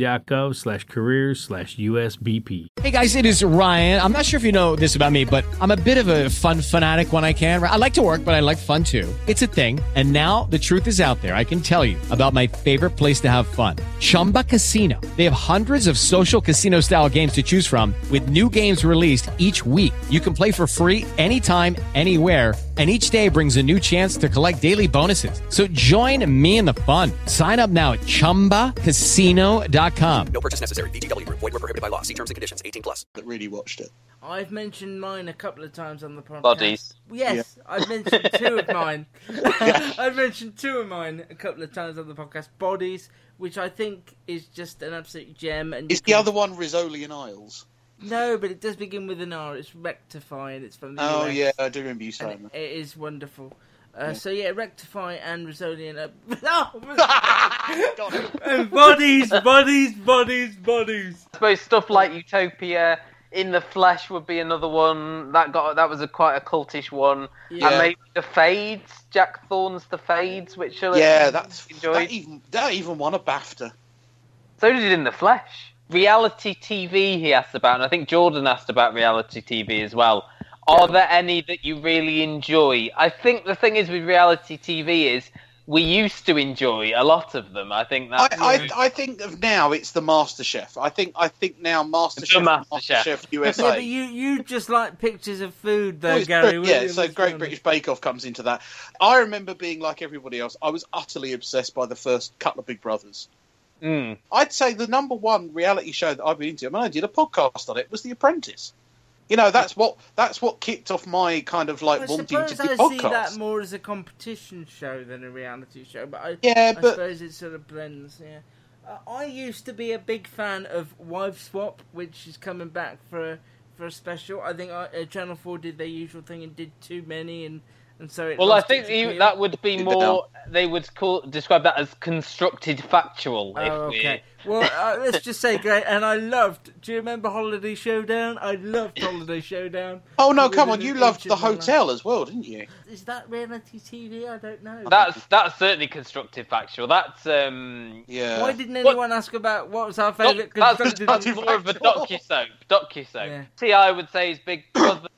S18: cbp.gov slash careers slash usbp.
S19: Hey guys, it is Ryan. I'm not sure if you know this about me, but I'm a bit of a fun fanatic when I can. I like to work, but I like fun too. It's a thing. And now the truth is out there. I can tell you about my favorite place to have fun Chumba Casino. They have hundreds of social casino style games to choose from, with new games released each week. You can play for free anytime, anywhere. And each day brings a new chance to collect daily bonuses. So join me in the fun. Sign up now at chumbacasino.com.
S20: No purchase necessary. VGW Group. Void were prohibited by law. See terms and conditions. 18 plus.
S8: That really watched it.
S3: I've mentioned mine a couple of times on the podcast.
S20: Bodies.
S3: Yes, I've mentioned two of mine. I've mentioned two of mine a couple of times on the podcast. Bodies, which I think is just an absolute gem. And
S8: Is the other one Rizzoli and Isles?
S3: No, but it does begin with an R. It's Rectify, and it's from the
S8: Oh,
S3: US.
S8: yeah, I do remember you
S3: And
S8: saying that.
S3: it is wonderful. Uh,
S8: Yeah.
S3: So yeah, Rectify and Rizzoli and uh, and bodies, bodies, bodies, bodies.
S5: I suppose stuff like Utopia, In the Flesh would be another one that got that was a quite a cultish one,
S8: Yeah.
S5: and maybe The Fades, Jack Thorne's The Fades, which I
S8: Yeah, that's
S5: enjoyed.
S8: that even that even won a BAFTA.
S5: So did In the Flesh. Reality TV, he asked about, and I think Jordan asked about reality TV as well. Are there any that you really enjoy? I think the thing is with reality TV is we used to enjoy a lot of them. I think that
S8: I, I think of now it's the Master Chef. I think I think now Master Chef, Master Chef
S3: Yeah,
S8: USA.
S3: but you you just like pictures of food,
S5: Uh,
S8: Well,
S3: though,
S8: it's
S3: Gary.
S8: Brit-
S3: wouldn't
S8: yeah,
S3: you?
S8: so Great British Bake Off comes into that. I remember being like everybody else. I was utterly obsessed by the first couple of Big Brothers.
S5: Mm.
S8: I'd say the number one reality show that I've been into, I mean, I did a podcast on it, was The Apprentice. You know, that's what that's what kicked off my kind of like
S3: I
S8: wanting to
S3: suppose
S8: do
S3: I see that
S8: podcasts.
S3: more as a competition show than a reality show, but I,
S8: Yeah,
S3: I
S8: but-
S3: suppose it sort of blends. Yeah, uh, I used to be a big fan of Wife Swap, which is coming back for a, for a special. I think I, uh, Channel Four did their usual thing and did too many, and and so it.
S5: Well, I
S3: lost
S5: think
S3: its
S5: you,
S3: appeal.
S5: that would be more. They would call describe that as constructed factual. if
S3: Oh,
S5: we-
S3: okay. Well, uh, let's just say great. And I loved. Do you remember Holiday Showdown? I loved Holiday Showdown.
S8: Oh no,
S3: It was
S8: come on!
S3: an uh,
S8: You loved
S3: inch
S8: the
S3: in my life.
S8: hotel as well, didn't you?
S3: Is that reality TV? I don't know.
S5: That's that's certainly constructive factual. That's um
S8: yeah.
S3: Why didn't anyone ask about what was our favourite constructed
S5: That's more of a docu soap. Docu soap. See, I would say is Big Brother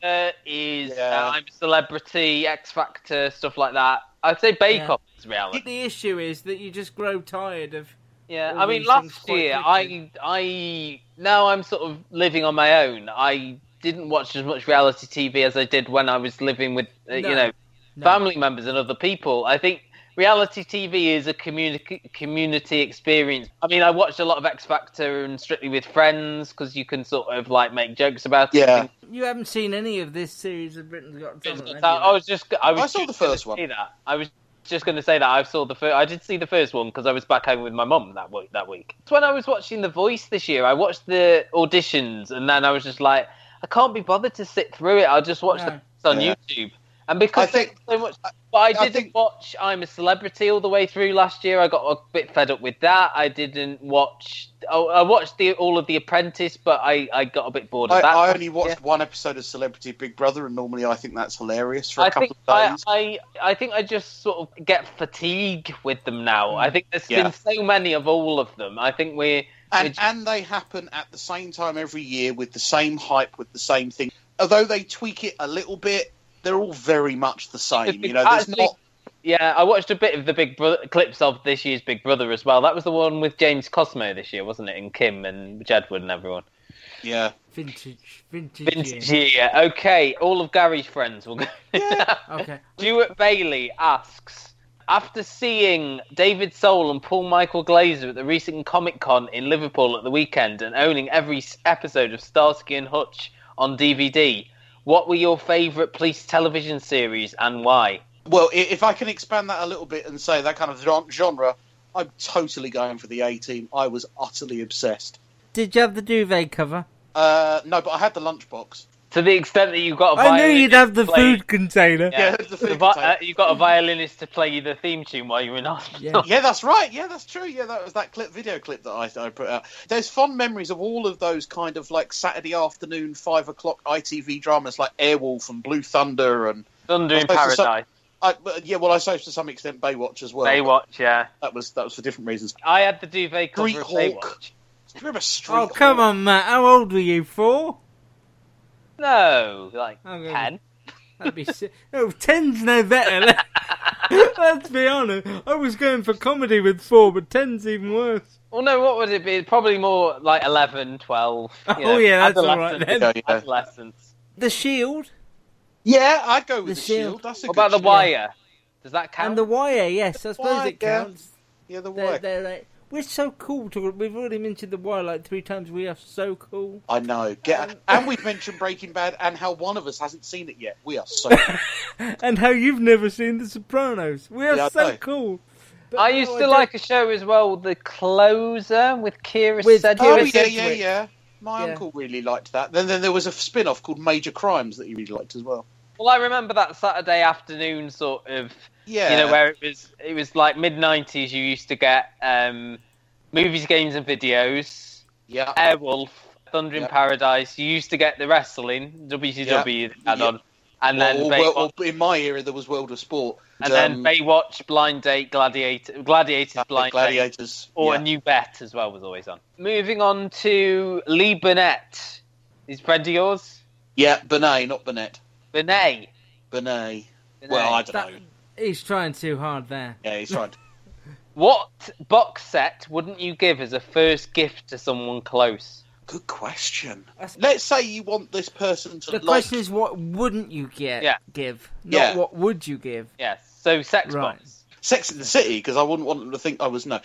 S5: is uh, I'm a Celebrity, X Factor, stuff like that. I'd say Bake
S3: Yeah.
S5: Off is reality.
S3: The issue is that you just grow tired of.
S5: Yeah,
S3: all
S5: I mean,
S3: these things
S5: last
S3: quite
S5: year
S3: quickly.
S5: I I now I'm sort of living on my own. I didn't watch as much reality TV as I did when I was living with uh,
S3: No.
S5: you know
S3: No.
S5: family members and other people. I think reality TV is a community community experience. I mean, I watched a lot of X Factor and Strictly with Friends because you can sort of like make jokes about it. and
S3: You haven't seen any of this series of Britain's Got Talent.
S5: things like
S3: have
S5: that. I
S3: you?
S5: was just I was
S3: I saw
S5: just
S3: the first
S5: gonna
S3: one.
S5: say that. I was just going to say that I saw the first. I did see the first one because I was back home with my mum that week. That week. It's when I was watching The Voice this year. I watched the auditions and then I was just like, I can't be bothered to sit through it. I'll just watch the it's on
S8: Yeah.
S5: YouTube. And because there's so much, but I didn't watch I'm a Celebrity all the way through last year. I got a bit fed up with that. I didn't watch. Oh, I watched the all of The Apprentice, but I, I got a bit bored of
S8: I,
S5: that.
S8: I only
S5: Yeah.
S8: watched one episode of Celebrity Big Brother, and normally I think that's hilarious for a
S5: I
S8: couple
S5: think
S8: of days.
S5: I, I, I think I just sort of get fatigue with them now. I think there's
S8: Mm. Yeah.
S5: been so many of all of them. I think we're
S8: and, and they happen at the same time every year with the same hype, with the same thing. Although they tweak it a little bit, they're all very much the same. You know, there's
S5: Actually,
S8: not.
S5: Yeah, I watched a bit of the Big Brother clips of this year's Big Brother as well. That was the one with James Cosmo this year, wasn't it? And Kim and Jedward and everyone.
S8: Yeah.
S3: Vintage, vintage,
S5: Vintage
S3: year.
S5: year. Okay, all of Gary's friends will go.
S3: Okay.
S5: Stuart Bailey asks After seeing David Soul and Paul Michael Glazer at the recent Comic Con in Liverpool at the weekend and owning every s- episode of Starsky and Hutch on DVD, what were your favourite police television series and why?
S8: Well, i- if I can expand that a little bit and say that kind of gen- genre, I'm totally going for the A team. I was utterly obsessed.
S3: Did you have the duvet cover?
S8: Uh, no, but I had the lunchbox.
S5: To the extent that you've got a
S3: I knew you'd
S5: violinist
S3: have the
S5: to play-
S3: food container.
S5: Yeah, the vi- uh, you've got a violinist to play you the theme tune while you're in hospital.
S8: Yeah. that's right. Yeah, that's true. Yeah, that was that clip, video clip that I, I put out. There's fond memories of all of those kind of like Saturday afternoon, five o'clock ITV dramas like Airwolf and Blue Thunder and
S5: Thunder
S8: I
S5: in
S8: suppose to some-
S5: Paradise.
S8: I, but, yeah, well, I suppose to some extent Baywatch as well.
S5: Baywatch, yeah.
S8: That was that was for different reasons.
S5: I had the duvet cover
S8: Street
S5: of
S8: Hawk.
S5: Baywatch.
S8: Do you remember Street
S3: Oh, come on, Matt. How old were you? Four?
S5: No, like
S3: Okay.
S5: ten.
S3: That'd be si- Oh, ten's no better. Let- Let's be honest. I was going for comedy with four, but ten's even worse.
S5: Well, no, what would it be? Probably more like 11, 12. you
S3: Oh,
S5: know,
S3: yeah, that's all right
S5: adolescence-
S3: then. Yeah, yeah.
S5: Adolescence.
S3: The Shield.
S8: Yeah, I'd go with
S3: the,
S8: Shield. That's a
S5: What about
S8: good
S5: The
S8: show.
S5: Wire? Does that count?
S3: And the Wire, yes, I suppose it
S8: Wire.
S3: counts.
S8: Yeah, the
S3: They're,
S8: Wire.
S3: they're like, we're so cool. To, we've already mentioned the Wire like three times. We are so cool.
S8: I know. Get, and we've mentioned Breaking Bad, and how one of us hasn't seen it yet. We are so.
S3: And how you've never seen The Sopranos. We are
S8: Yeah, I
S3: so
S8: know.
S3: cool. But
S5: I
S3: no,
S5: used
S3: I
S5: to
S3: don't-
S5: like a show as well, The Closer, with Kira
S3: With
S5: Sedgwick.
S8: oh yeah, yeah, yeah. My
S5: Yeah.
S8: uncle really liked that. Then, then there was a spin-off called Major Crimes that he really liked as well.
S5: Well, I remember that Saturday afternoon sort of,
S8: Yeah.
S5: you know, where it was it was like mid '90s. You used to get um, movies, games, and videos.
S8: Yeah.
S5: Airwolf, Thunder in
S8: Yeah.
S5: Paradise. You used to get the wrestling, WCW,
S8: Yeah.
S5: add on, and
S8: Well,
S5: then
S8: or-
S5: Baywatch,
S8: well, in my era, there was World of Sport,
S5: and then
S8: um,
S5: Baywatch, Blind Date, Gladiator, Gladiators, Blind Date,
S8: Gladiators,
S5: or
S8: yeah.
S5: a new bet as well was always on. Moving on to Lee Burnett. Is friend of yours?
S8: yeah, Benet, not Burnett.
S5: Burnett.
S8: Burnett. Well, I don't
S3: That-
S8: know.
S3: He's trying too hard there.
S8: Yeah, he's right.
S5: What box set wouldn't you give as a first gift to someone close?
S8: Good question. Let's say you want this person to
S3: The
S8: like.
S3: question is, what wouldn't you get?
S5: Yeah.
S3: Give. Not
S8: Yeah.
S3: what would you give?
S5: Yes. So sex
S8: box. Sex in the City, because I wouldn't want them to think I was no.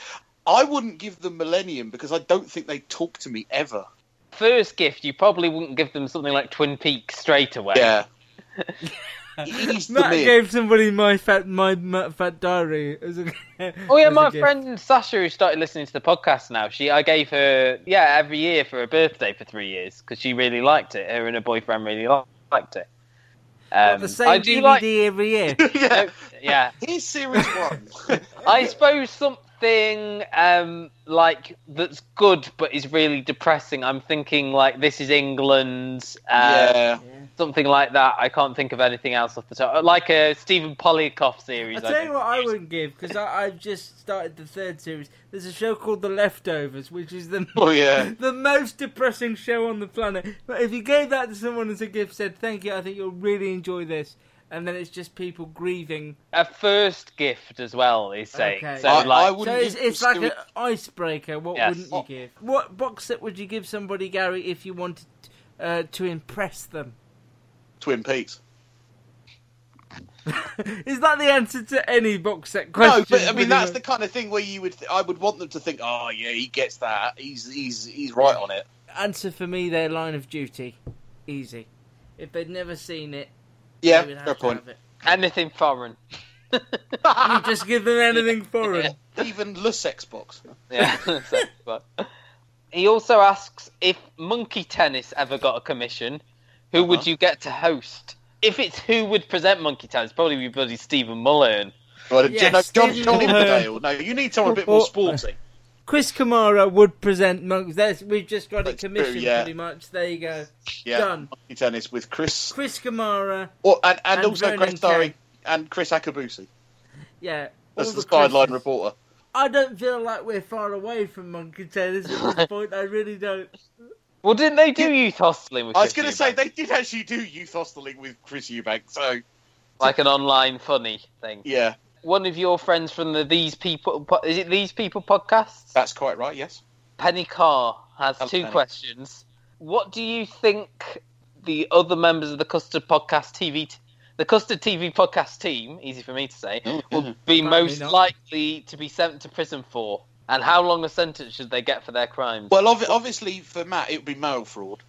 S8: I wouldn't give them Millennium because I don't think they talk to me ever.
S5: First gift, you probably wouldn't give them something like Twin Peaks straight away.
S8: Yeah.
S3: Matt gave somebody my fat my, my fat diary. As a,
S5: Oh yeah,
S3: as a
S5: my
S3: gift.
S5: friend Sasha, who started listening to the podcast now, she I gave her yeah every year for her birthday for three years because she really liked it. Her and her boyfriend really li- liked it. Um,
S3: the same
S5: I do
S3: DVD
S5: like
S3: every year.
S5: yeah. yeah.
S8: Here's series one.
S5: I suppose something um, like that's good but is really depressing. I'm thinking like this is England, uh,
S8: Yeah.
S5: something like that. I can't think of anything else off the top. uh, Like a Stephen Polyakov
S3: I
S5: series. I
S3: tell
S5: think.
S3: you what, I wouldn't give because I've just started the third series. There's a show called The Leftovers, which is the
S8: Oh, yeah.
S3: the most depressing show on the planet. But if you gave that to someone as a gift, said thank you, I think you'll really enjoy this, and then it's just people grieving.
S5: A first gift as well is saying.
S3: Okay.
S5: So like,
S3: so it's, it's like an icebreaker. What
S5: Yes.
S3: wouldn't you give? What box set would you give somebody, Gary, if you wanted uh, to impress them?
S8: Twin Peaks.
S3: Is that the answer to any box set
S8: No,
S3: question?
S8: but I mean
S3: Would
S8: that's
S3: you-
S8: the kind of thing where you would. Th- I would want them to think, "Oh yeah, he gets that. He's he's he's right on it."
S3: answer for me their line of duty. Easy. If they'd never seen it,
S8: Yeah,
S3: they would have
S8: fair
S3: to
S8: point.
S3: have it.
S5: Anything foreign.
S3: you just give them anything foreign.
S8: Even Lusex box.
S5: Yeah. so, but- He also asks if monkey tennis ever got a commission, who
S8: Uh-huh.
S5: would you get to host? If it's who would present monkey tennis, probably be bloody Stephen Mulhern.
S8: Well,
S3: Yes, no, John- Stephen John Mulhern. Nipperdale.
S8: No, you need
S3: someone a bit more sporty. Chris Kamara would present monks. There's, we've just got it commissioned
S8: yeah.
S3: pretty much. There you go.
S8: Yeah,
S3: Done.
S8: monkey tennis with Chris.
S3: Chris Kamara.
S8: Or, and, and,
S3: And
S8: also
S3: Vernon
S8: Chris Starry and Chris Akabusi
S3: Yeah.
S8: as
S3: all
S8: the
S3: the Chris's.
S8: sideline reporter.
S3: I don't feel like we're far away from monkey tennis at this point. I really don't.
S5: Well, didn't they do youth hostling with
S8: I was
S5: Chris
S8: going to say they did actually do youth hosteling with Chris Eubank. So
S5: like an online funny thing.
S8: Yeah.
S5: One of your friends from the These People po- is it These People podcast?
S8: That's quite right. Yes.
S5: Penny Carr has
S8: Hello,
S5: two
S8: Penny.
S5: questions. What do you think the other members of the Custard Podcast TV, t- the Custard TV podcast team, easy for me to say,
S8: Oh,
S5: will be
S3: Apparently
S5: most
S3: not.
S5: likely to be sent to prison for? And how long a sentence should they get for their crimes?
S8: Well, obvi- obviously for Matt it would be mail fraud.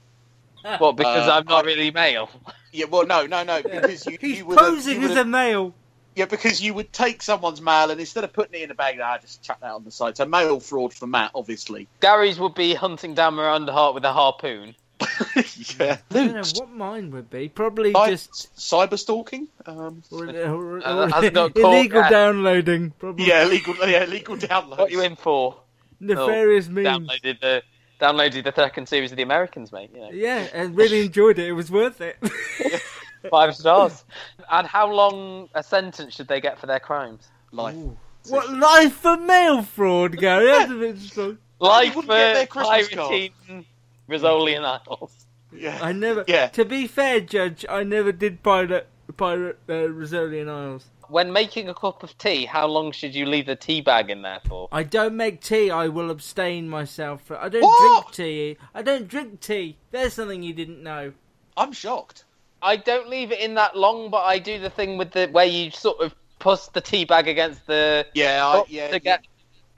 S5: Well, because
S8: uh,
S5: I'm not really male.
S8: Yeah. Well, no, no, no, because you, you would
S3: Posing
S8: you
S3: as
S8: would've-
S3: a male.
S8: Yeah, because you would take someone's mail and instead of putting it in a bag, I just chuck that on the side. So mail fraud for Matt, obviously.
S5: Gary's would be hunting down Miranda Hart with a harpoon.
S8: yeah.
S3: I don't know what mine would be. Probably just
S8: cyber stalking. Um,
S5: Uh, that hasn't got caught
S3: illegal
S5: yet.
S3: downloading. Probably.
S8: yeah, legal. Yeah, legal download.
S5: What are you in for?
S3: Nefarious
S5: Oh,
S3: means.
S5: Downloaded the downloaded the second series of the Americans, mate. You know.
S3: Yeah, and really enjoyed it. It was worth it.
S5: Five stars. And how long a sentence should they get for their crimes?
S8: Life.
S3: what life for mail fraud, Gary? That's a bit strong.
S5: Life
S8: You
S5: for
S8: wouldn't get their Christmas
S5: pirating Rizzolian Isles.
S8: Yeah.
S3: I never. To be fair, Judge, I never did pirate pirate uh, Rosalian Isles.
S5: When making a cup of tea, how long should you leave the tea bag in there for?
S3: I don't make tea. I will abstain myself. From, I don't drink tea. I don't drink tea. There's something you didn't know.
S8: I'm shocked.
S5: I don't leave it in that long, but I do the thing with the where you sort of push the tea bag against the
S8: Yeah, I-
S5: cup
S8: yeah,
S5: to get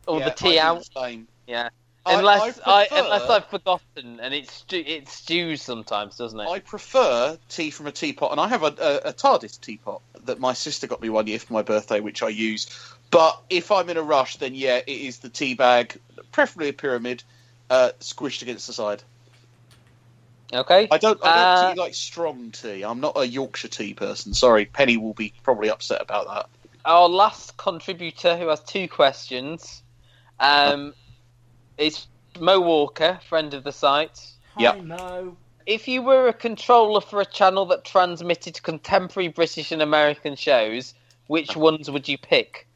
S5: all
S8: yeah,
S5: the tea
S8: I do
S5: out.
S8: the same.
S5: Yeah.
S8: I-
S5: Unless
S8: I
S5: I,
S8: prefer-
S5: unless I've forgotten, and it's stew- it stews sometimes, doesn't it?
S8: I prefer tea from a teapot, and I have a, a, a TARDIS teapot that my sister got me one year for my birthday, which I use. But if I'm in a rush, then yeah, it is the tea bag, preferably a pyramid, uh, squished against the side.
S5: Okay.
S8: I don't, I don't
S5: Uh,
S8: do like strong tea. I'm not a Yorkshire tea person. Sorry, Penny will be probably upset about that.
S5: our last contributor who has two questions um, is Mo Walker, friend of the site.
S3: I
S8: Yeah.
S3: know.
S5: If you were a controller for a channel that transmitted contemporary British and American shows, which ones would you pick?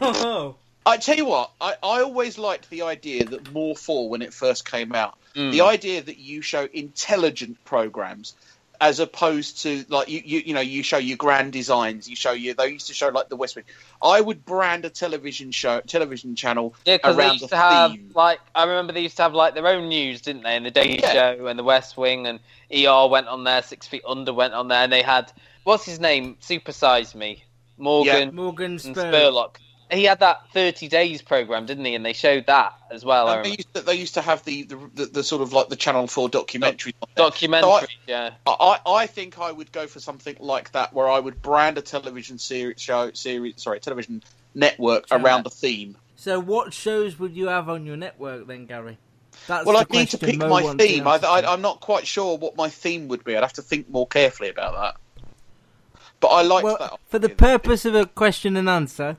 S8: I tell you what, I, I always liked the idea that More 4, when it first came out,
S5: Mm.
S8: the idea that you show intelligent programs as opposed to, like, you, you, you know, you show your grand designs, you show your, they used to show, like, the West Wing. I would brand a television show, television channel
S5: Yeah, because they
S8: around
S5: used
S8: the
S5: to have
S8: theme.
S5: like I remember they used to have like their own news, didn't they? And the Daily
S8: Yeah.
S5: Show and the West Wing and ER went on there, Six Feet Under went on there, and they had what's his name? Supersize Me, Morgan,
S3: Yeah. Morgan
S5: and
S3: Spurlock.
S5: Spurlock. He had that thirty days program, didn't he? And they showed that as well. I
S8: And they,
S5: remember.
S8: used to, they used to have the, the, the, the sort of, like, the Channel 4 documentary.
S5: Documentary,
S8: So I-
S5: yeah.
S8: I, I I think I would go for something like that, where I would brand a television series show series sorry television network around the theme.
S3: So, what shows would you have on your network then, Gary? That's
S8: well,
S3: the
S8: I'd need to
S3: question
S8: pick
S3: Mo
S8: my
S3: wants to
S8: theme. I,
S3: answer.
S8: I, I'm not quite sure what my theme would be. I'd have to think more carefully about that. But I liked that.
S3: For the purpose of a question and answer,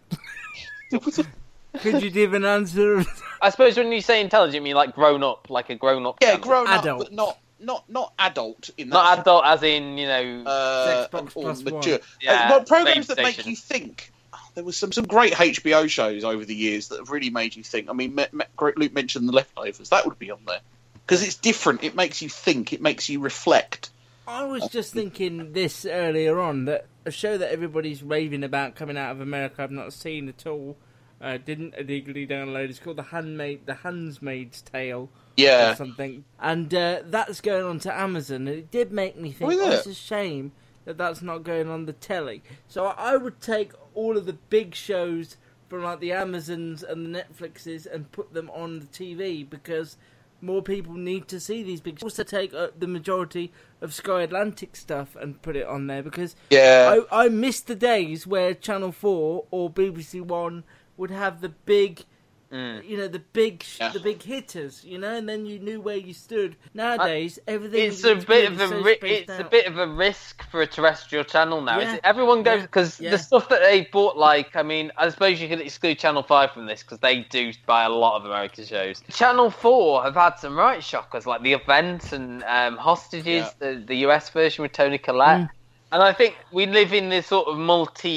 S3: could you give an answer?
S5: I suppose when you say intelligent, you mean like grown up, like a grown up.
S8: Yeah, grown up,
S3: Adult.
S8: but not not not adult in that.
S5: Not
S8: sense.
S5: adult, as in you know,
S8: Uh, or mature.
S5: Yeah,
S8: Uh, well, programs that
S5: PlayStation.
S8: make you think. Oh, There was some, some great HBO shows over the years that have really made you think. I mean, Me- Me- Great Luke mentioned the leftovers. That would be on there because it's different. It makes you think. It makes you reflect.
S3: I was just thinking this earlier on that a show that everybody's raving about coming out of America I've not seen at all. Uh, didn't illegally download. It's called the handmaid, the Handmaid's Tale,
S8: Yeah.
S3: or something. And uh, that's going on to Amazon. And it did make me think.
S8: Oh, is
S3: Oh,
S8: it?
S3: it's a shame that that's not going on the telly. So I I would take all of the big shows from like the Amazons and the Netflixes and put them on the TV because more people need to see these big. Also, take uh, the majority of Sky Atlantic stuff and put it on there because
S8: Yeah.
S3: I, I miss the days where Channel Four or BBC One would have the big. You know the big, sh the big hitters. You know, and then you knew where you stood. Nowadays, everything
S5: It's
S3: is
S5: a bit of
S3: really
S5: a
S3: so
S5: ri-
S3: spaced
S5: it's a
S3: out.
S5: bit of a risk for a terrestrial channel now.
S3: Yeah.
S5: Is it? Everyone goes because
S3: Yeah.
S5: the stuff that they bought, like I mean, I suppose you could exclude Channel Five from this because they do buy a lot of American shows. Channel Four have had some right shockers like The Event and um, Hostages, the, the US version with Tony Collette.
S21: Mm.
S5: And I think we live in this sort of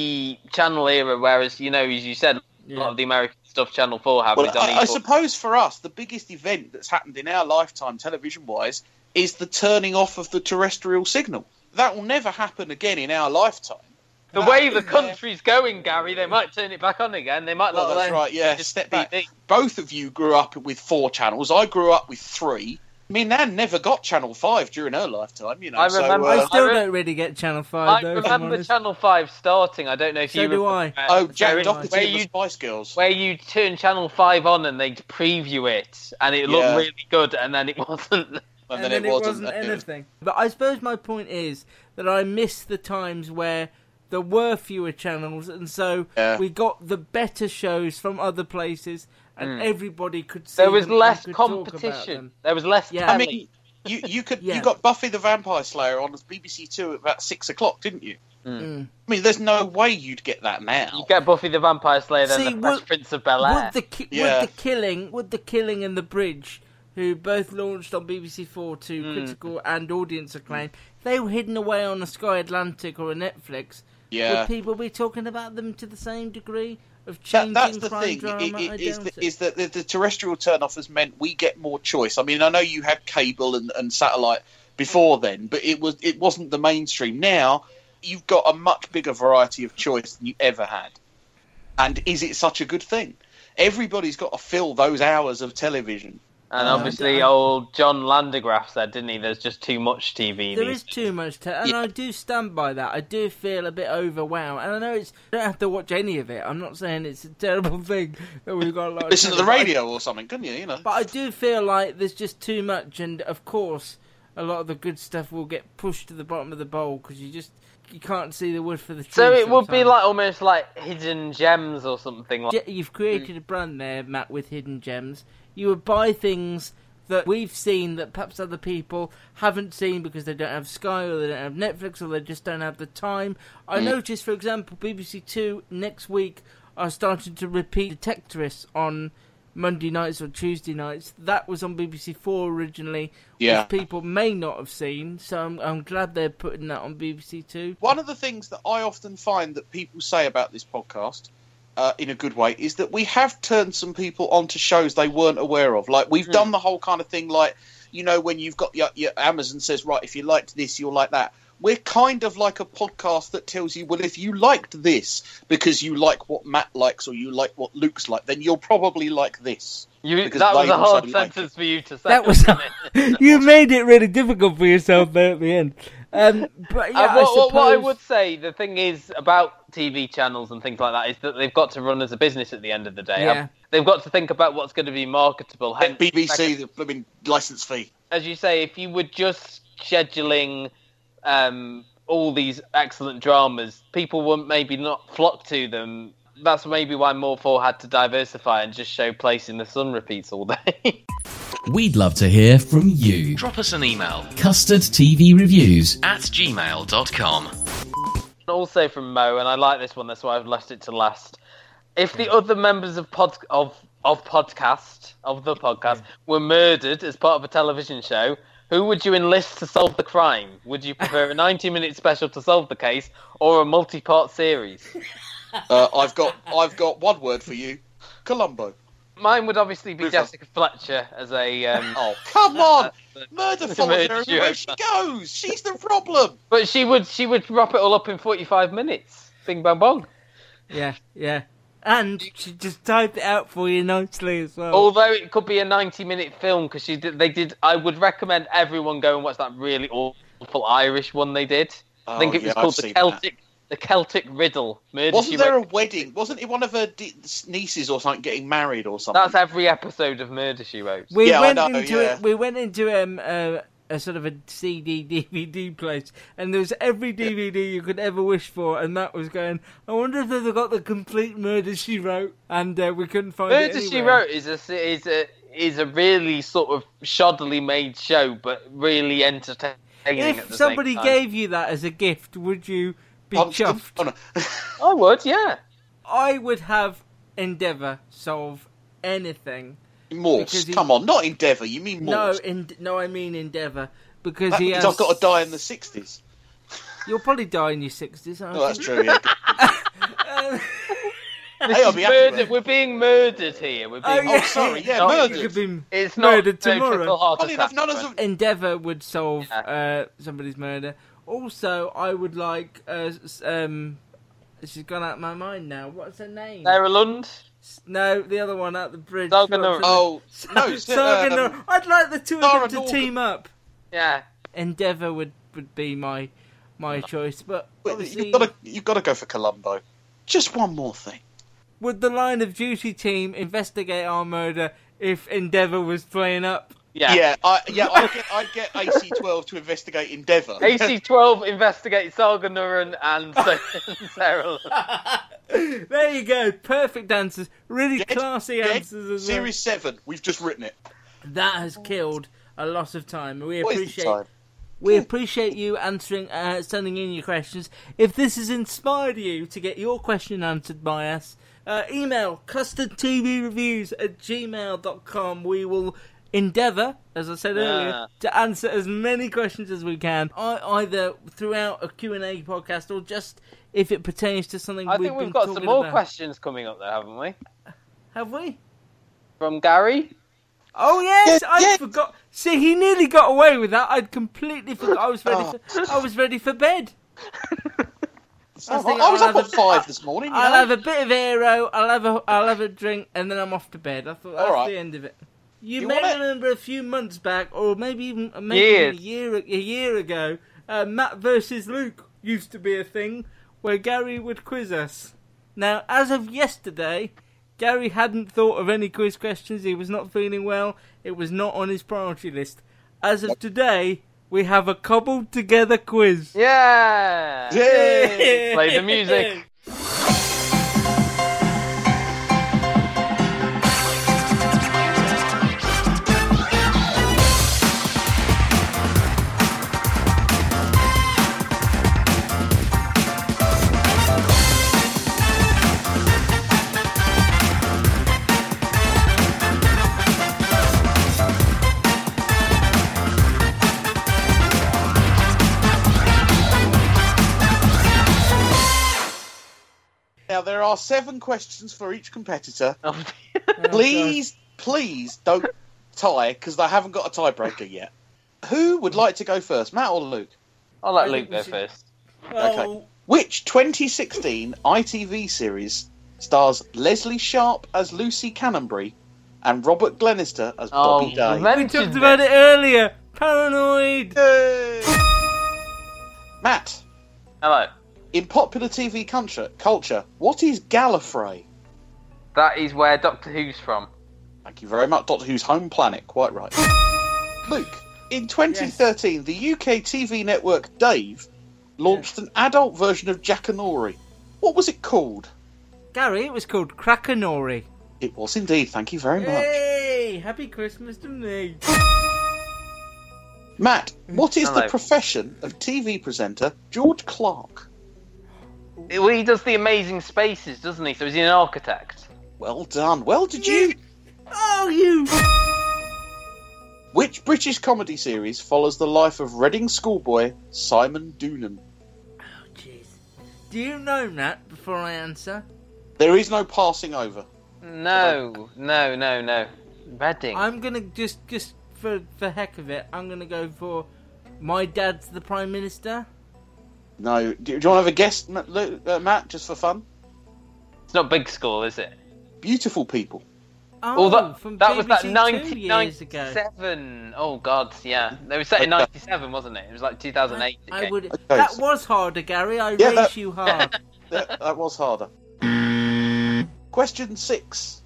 S5: multi-channel era, whereas you know, as you said, a lot of the American stuff Channel Four have
S8: Well,
S5: is on
S8: I, I
S5: equal-
S8: suppose for us, the biggest event that's happened in our lifetime, television wise, is the turning off of the terrestrial signal. That will never happen again in our lifetime.
S5: The way the country's going, Gary, they might turn it back on again. They might
S8: Well,
S5: not.
S8: that's
S5: let-
S8: right, yeah.
S5: just
S8: Step
S5: be
S8: back. Both of you grew up with four channels. I grew up with three. I mean, Nan never got Channel 5 during her lifetime, you know.
S5: I
S8: so,
S5: remember-
S8: uh,
S3: I still don't really get Channel Five
S5: I
S3: though. if I'm
S5: remember
S3: honest.
S5: Channel Five starting. I don't know if
S3: So
S5: you.
S3: do
S5: remember
S3: I.
S5: that.
S3: Oh, Jack
S5: Where-
S3: Doherty
S5: where
S3: and the
S5: you
S8: Spice Girls.
S5: Where you turn Channel Five on and they preview it, and it looked
S3: Yeah.
S5: really good, and then it wasn't.
S3: and, then, it wasn't, anything. But I suppose my point is that I miss the times where there were fewer channels, and so
S5: Yeah.
S3: we got the better shows from other places, and
S5: Mm.
S3: everybody could see.
S5: There was
S3: them and
S5: less
S3: could talk about
S5: competition.
S3: them.
S5: There was less.
S3: Yeah.
S8: I mean, you, you could you got Buffy the Vampire Slayer on BBC Two at about six o'clock, didn't you?
S3: Mm.
S8: I mean, there's no way you'd get that now. You
S5: get Buffy the Vampire Slayer,
S8: then
S3: See,
S8: the
S3: Fresh would-
S5: Prince of Bel
S3: Would the, ki-
S8: Yeah.
S3: would the killing, would the killing and the bridge, who both launched on BBC Four to
S5: Mm.
S3: critical and audience acclaim, they were hidden away on a Sky Atlantic or a Netflix.
S8: Yeah.
S3: Would people be talking about them to the same degree of
S8: That,
S3: changing
S8: that's the
S3: crime
S8: thing.
S3: drama?
S8: It,
S3: I
S8: it, is,
S3: doubt
S8: that,
S3: it.
S8: is that the, the terrestrial turnoff has meant we get more choice. I mean, I know you had cable and, and satellite before then, but it was it wasn't the mainstream. Now you've got a much bigger variety of choice than you ever had. And is it such a good thing? Everybody's got to fill those hours of television.
S5: And
S8: Yeah.
S5: obviously, old John Landegraaff said, didn't he? There's just too much TV.
S3: There
S5: these
S3: is too much to, and I do stand by that. I do feel a bit overwhelmed, and I know it's I don't have to watch any of it. I'm not saying it's a terrible thing that we've got a lot. of
S8: Listen to the
S3: channels, but I-
S8: radio or something, couldn't you? You know.
S3: But I do feel like there's just too much, and of course, a lot of the good stuff will get pushed to the bottom of the bowl because you just you can't see the wood for the tree.
S5: So it would be
S3: sometimes.
S5: like almost like hidden gems or something like.
S3: Ge- You've created a brand there, Matt, with hidden gems. You would buy things that we've seen that perhaps other people haven't seen because they don't have Sky or they don't have Netflix or they just don't have the time. I
S5: Mm.
S3: noticed, for example, BBC Two next week are starting to repeat Detectorists on Monday nights or Tuesday nights. That was on BBC Four originally,
S8: Yeah.
S3: which people may not have seen. So I'm, I'm glad they're putting that on BBC Two.
S8: One of the things that I often find that people say about this podcast, uh, in a good way, is that we have turned some people onto shows they weren't aware of. Like
S5: Hmm.
S8: we've done the whole kind of thing, like you know, when you've got your, your Amazon says, right, if you liked this, you'll like that. We're kind of like a podcast that tells you, well, if you liked this because you like what Matt likes or you like what Luke's like, then you'll probably like this.
S5: You,
S8: Because
S5: that was
S8: they
S5: a
S8: also
S5: hard
S8: like
S5: sentence for you to say.
S3: That was.
S5: wasn't it?
S3: you made it really difficult for yourself there at the end. Um, but yeah, I
S5: Uh, what, what- what I
S3: suppose-
S5: would say, the thing is about TV channels and things like that, is that they've got to run as a business at the end of the day. Um,
S8: Yeah.
S5: They've got to think about what's going to be marketable. Hence,
S8: BBC, the blooming license fee.
S5: as you say, if you were just scheduling um, all these excellent dramas, people wouldn't maybe not flock to them. That's maybe why Morefour had to diversify and just show Place in the Sun repeats all day.
S7: We'd love to hear from you.
S1: Drop us an email
S7: Custard TV Reviews.
S1: at gmail.com.
S5: also from Mo, and I like this one. That's why I've left it to last. If the other members of pod of of podcast of the podcast were murdered as part of a television show, who would you enlist to solve the crime? Would you prefer a ninety-minute special to solve the case or a multi-part series?
S8: Uh, I've got I've got one word for you, Columbo.
S5: Mine would obviously be Jessica Fletcher as a. Um,
S8: oh come on! Murder
S5: Murder
S8: follows her everywhere
S5: duo.
S8: she goes. She's the problem.
S5: But she would she would wrap it all up in forty-five minutes. Bing bang bong.
S3: Yeah, yeah. And she just typed it out for you nicely as well.
S5: Although it could be a 90 minute film because she did, they did. I would recommend everyone go and watch that really awful Irish one they did. I think
S8: Oh,
S5: it was
S8: yeah,
S5: called
S8: I've
S5: the
S8: seen
S5: Celtic, the Celtic Riddle. Murder She
S8: Wasn't there
S5: Wrote.
S8: a wedding? Wasn't it one of her de- nieces or something getting married or something?
S5: That's every episode of Murder She Wrote.
S3: We
S8: Yeah, I
S3: went
S8: know,
S3: into
S8: yeah.
S3: it. We went into um, a, a sort of a CD DVD place, and there was every DVD you could ever wish for, and that was going. I wonder if they've got the complete Murder She Wrote, and uh, we couldn't find it.
S5: Murder She
S3: anywhere.
S5: Wrote is a is a is a really sort of shoddily made show, but really entertaining. at
S3: If
S5: the
S3: somebody
S5: same time.
S3: gave you that as a gift, would you be chuffed?
S5: I would, yeah.
S3: I would have Endeavour solve anything.
S8: Morse.
S3: because he-
S8: Come on, not Endeavour. You mean
S3: No,
S8: Morse?
S3: in, no, I mean Endeavour because
S8: That
S3: he
S8: means
S3: has.
S8: Uh, I've got to die in the sixties.
S3: You'll probably die in your sixties.
S8: Oh, that's true. Yeah.
S5: This
S8: Hey, I'll
S5: is
S8: be happy with
S5: murder- We're being murdered here. We're being.
S3: Oh, yeah. Oh, sorry, yeah,
S5: Not-
S3: murdered. You could be
S5: It's not
S3: murdered
S5: no triple
S3: tomorrow.
S5: heart attack, but-
S3: Endeavour would solve uh, somebody's murder. Also, I would like. Uh, s- um, she's gone out of my mind now. What's her name?
S5: Sarah Lund.
S3: No, the other one at the bridge.
S5: Sargonara. Oh, no,
S3: no,
S5: it's, uh, um,
S3: I'd like the two
S5: Sarah
S3: of them to
S5: Norgan.
S3: team up.
S5: Yeah.
S3: Endeavour would, would be my my choice, but obviously
S8: You've got to you've got to go for Columbo. Just one more thing.
S3: would the line of duty team investigate our murder if Endeavour was playing up?
S8: yeah, I, yeah. I get I get AC twelve to investigate Endeavour.
S5: AC12 investigates Sargonuran and Sarah Lund.
S3: There you go. Perfect answers. Really classy
S8: Dead.
S3: answers as well.
S8: Series seven. We've just written it.
S3: That has killed a lot of time. We
S8: Wasted
S3: appreciate
S8: time.
S3: we appreciate you answering, uh, sending in your questions. If this has inspired you to get your question answered by us, uh, email custardtvreviews at gmail.com. We will endeavour, as I said
S5: Yeah.
S3: earlier, to answer as many questions as we can, ei- either throughout a Q&A podcast or just if it pertains to something
S5: I
S3: we've
S5: think we've
S3: been
S5: got some
S3: talking
S5: more
S3: about.
S5: questions coming up there, haven't we?
S3: Have we?
S5: From Gary?
S3: Oh yes, I forgot. See, he nearly got away with that. I'd completely forgot. I was ready. For, I was ready for bed.
S8: I was up at five this morning. you
S3: I'll
S8: know?
S3: have a bit of aero. I'll have a. I'll have a drink, and then I'm off to bed. I thought that's
S8: All right.
S3: the end of it. You,
S8: You
S3: may
S8: wanna-
S3: remember a few months back, or maybe even uh, maybe
S5: Years.
S3: even a year a year ago, uh, Matt versus Luke used to be a thing where Gary would quiz us. Now, as of yesterday, Gary hadn't thought of any quiz questions. He was not feeling well. It was not on his priority list. As of today, we have a cobbled together quiz.
S5: Yeah!
S3: Yay!
S5: Play the music.
S8: Now there are seven questions for each competitor. please, please don't tie because they haven't got a tiebreaker yet. Who would like to go first, Matt or Luke?
S5: I'll let Luke go first.
S8: Okay. Which 2016 ITV series stars Leslie Sharp as Lucy Cannonbury and Robert Glenister as Bobby Day?
S3: We talked about it earlier. Paranoid.
S8: Matt.
S5: Hello.
S8: In popular TV culture, culture, what is Gallifrey?
S5: That is where Doctor Who's from.
S8: Thank you very much. Doctor Who's home planet, quite right. Luke, in 2013, the UK TV network Dave launched an adult version of Jackanory. What was it called?
S3: Gary, it was called Krakenori.
S8: It was indeed. Thank you very much.
S3: Eh. Hey, happy Christmas to me.
S8: Matt, what is
S5: Hello.
S8: the profession of TV presenter George Clark?
S5: Well, he does the amazing spaces, doesn't he? So is he an architect?
S8: Well done. Well, did you?
S3: Oh, you!
S8: Which British comedy series follows the life of Reading schoolboy Simon Doonan?
S3: Do you know that before I answer?
S8: There is no passing over.
S5: No, no, no, no. Reading.
S3: I'm gonna just just for for heck of it, I'm gonna go for my dad's the prime minister.
S8: No. Do, do you want to have a guess, Ma- Lu- uh, Matt, just for fun?
S5: It's not big school, is it?
S8: Beautiful people.
S5: Although
S3: Oh, from
S5: that was
S3: BBC
S5: that
S3: two years ago.
S5: 1997. Oh God, yeah, it was set in
S3: Okay.
S5: 97, wasn't it? It was like 2008. it
S3: I
S5: came.
S3: would. That was harder, Gary. I
S5: Yeah,
S3: raise
S8: uh,
S5: that-
S3: you hard.
S8: that, that was harder. Question six.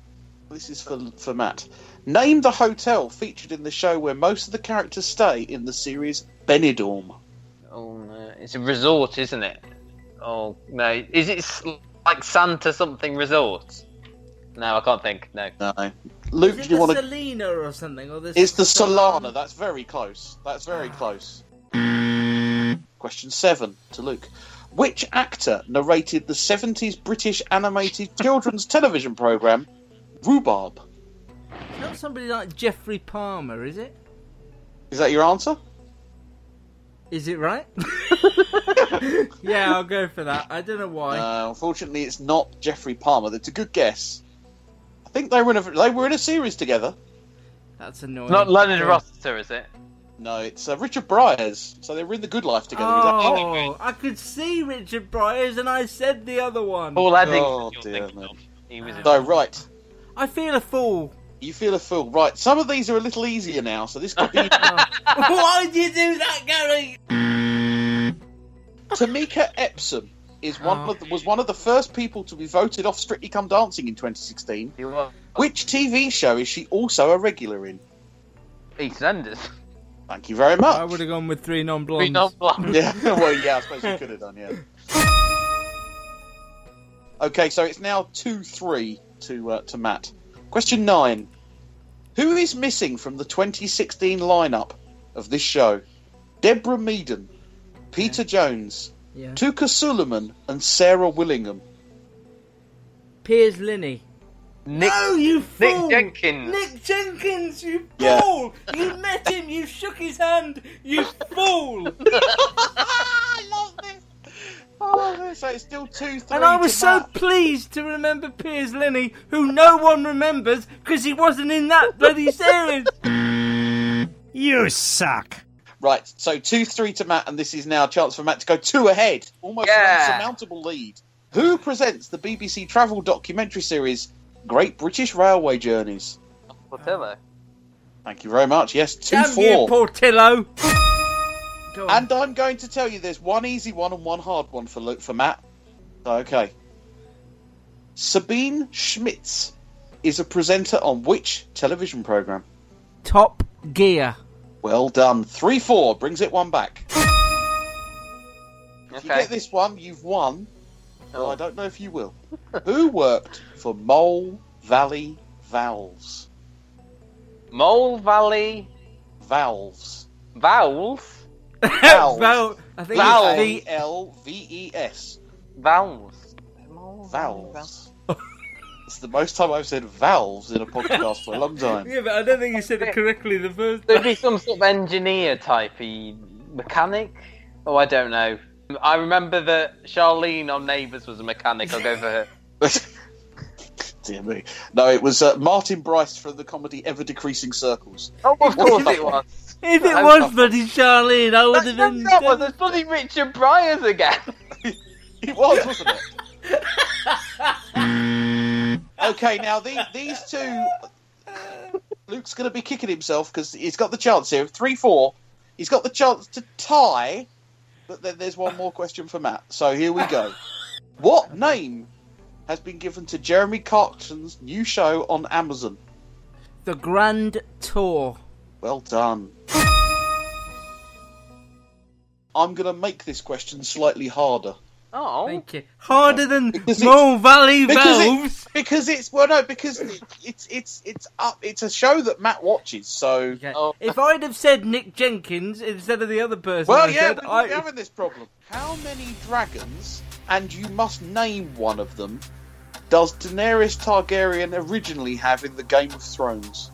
S8: This is for for Matt. Name the hotel featured in the show where most of the characters stay in the series Benidorm.
S5: Oh no, it's a resort, isn't it? Oh no, is it s- like Santa something resort? No, I can't think. No.
S8: No. Luke,
S3: Is
S8: do you
S3: it the
S8: want to?
S3: Selena or something? Or this?
S8: It's the Solana. That's very close. That's very close. Question seven to Luke. Which actor narrated the 70s British animated children's television programme Rhubarb?
S3: It's not somebody like Jeffrey Palmer, is it?
S8: Is that your answer?
S3: Is it right? yeah, I'll go for that. I don't know why.
S8: Uh, unfortunately, it's not Jeffrey Palmer. That's a good guess. I think they were in a they were in a series together.
S3: That's annoying.
S5: Not Leonard Rossiter, is it?
S8: No, it's uh, Richard Briers. So they were in the Good Life together. Is that-
S3: Oh, I could see Richard Briers, and I said the other one.
S5: Paul Eddington.
S8: Oh, dear me.
S5: He was
S8: No, "Oh, right.
S3: I feel a fool.
S8: You feel a fool, right? Some of these are a little easier now, so this could be.
S3: Why did you do that, Gary?
S8: Tamika Epsom is one
S3: Oh.
S8: of the, was one of the first people to be voted off Strictly Come Dancing in 2016. Which TV show is she also a regular in?
S5: EastEnders.
S8: Thank you very much.
S3: I would have gone with three non-blondes.
S5: Three non-blondes.
S8: Yeah, well, yeah, I suppose you could have done, yeah. Okay, so it's now 2 3 to, uh, to Matt. Question 9 Who is missing from the 2016 lineup of this show? Deborah Meaden, Peter Jones,
S3: Yeah.
S8: Tuka Suleiman, and Sarah Willingham.
S3: Piers Linney.
S5: Nick,
S3: no, you
S5: Nick
S3: fool!
S5: Jenkins.
S3: Nick Jenkins, you
S8: Yeah.
S3: fool! You met him, you shook his hand, you fool!
S8: Oh, so it's still 2 3.
S3: And I was so pleased to remember Piers Linney, who no one remembers because he wasn't in that bloody series.
S8: You suck. Right, so 2 3 to Matt, and this is now a chance for Matt to go two ahead. Almost an insurmountable lead. Who presents the BBC travel documentary series Great British Railway Journeys?
S5: Portillo.
S8: Thank you very much. Yes, 2
S3: Damn
S8: 4.
S3: you, Portillo!
S8: And I'm going to tell you there's one easy one and one hard one for Luke, for Matt. Okay. Sabine Schmitz is a presenter on which television program?
S3: Top Gear.
S8: Well done. 3 4 brings it one back. If you
S5: Okay.
S8: get this one, you've won. Well, I don't know if you will. Who worked for Mole Valley Valves?
S5: Mole Valley
S8: Valves.
S5: Vowels.
S8: Valves.
S5: Val- I think it's
S8: Valves.
S5: V-
S8: E V-A-L-V-E-S.
S5: Vowels.
S8: Valves. it's the most time I've said valves in a podcast for a long time.
S3: Yeah, but I don't think you said it correctly the first
S5: There'd be some sort of engineer typey mechanic. Oh, I don't know. I remember that Charlene on Neighbours was a mechanic. I'll go for her.
S8: Dear me. No, it was uh, Martin Bryce from the comedy Ever Decreasing Circles.
S5: Oh, of course it was.
S3: If it
S5: I'm
S3: was
S5: not-
S3: bloody Charlene, I would have been.
S5: That was a bloody Richard Bryars again.
S8: It was, wasn't it? okay, now the, these two. Luke's going to be kicking himself because he's got the chance here. 3 4. He's got the chance to tie, but then there's one more question for Matt. So here we go. What name has been given to Jeremy Clarkson's new show on Amazon?
S3: The Grand Tour.
S8: Well done. I'm going to make this question slightly harder.
S5: Oh.
S3: Thank you. Harder than
S8: Because it's-
S3: Mole Valley
S8: because it-
S3: Valves.
S8: because it's well, no, because it- it's it's it's up. It's a show that Matt watches. So
S3: If I'd have said Nick Jenkins instead of the other person,
S8: well,
S3: I
S8: yeah,
S3: said,
S8: we're
S3: I-
S8: having this problem. How many dragons? And you must name one of them. Does Daenerys Targaryen originally have in the Game of Thrones?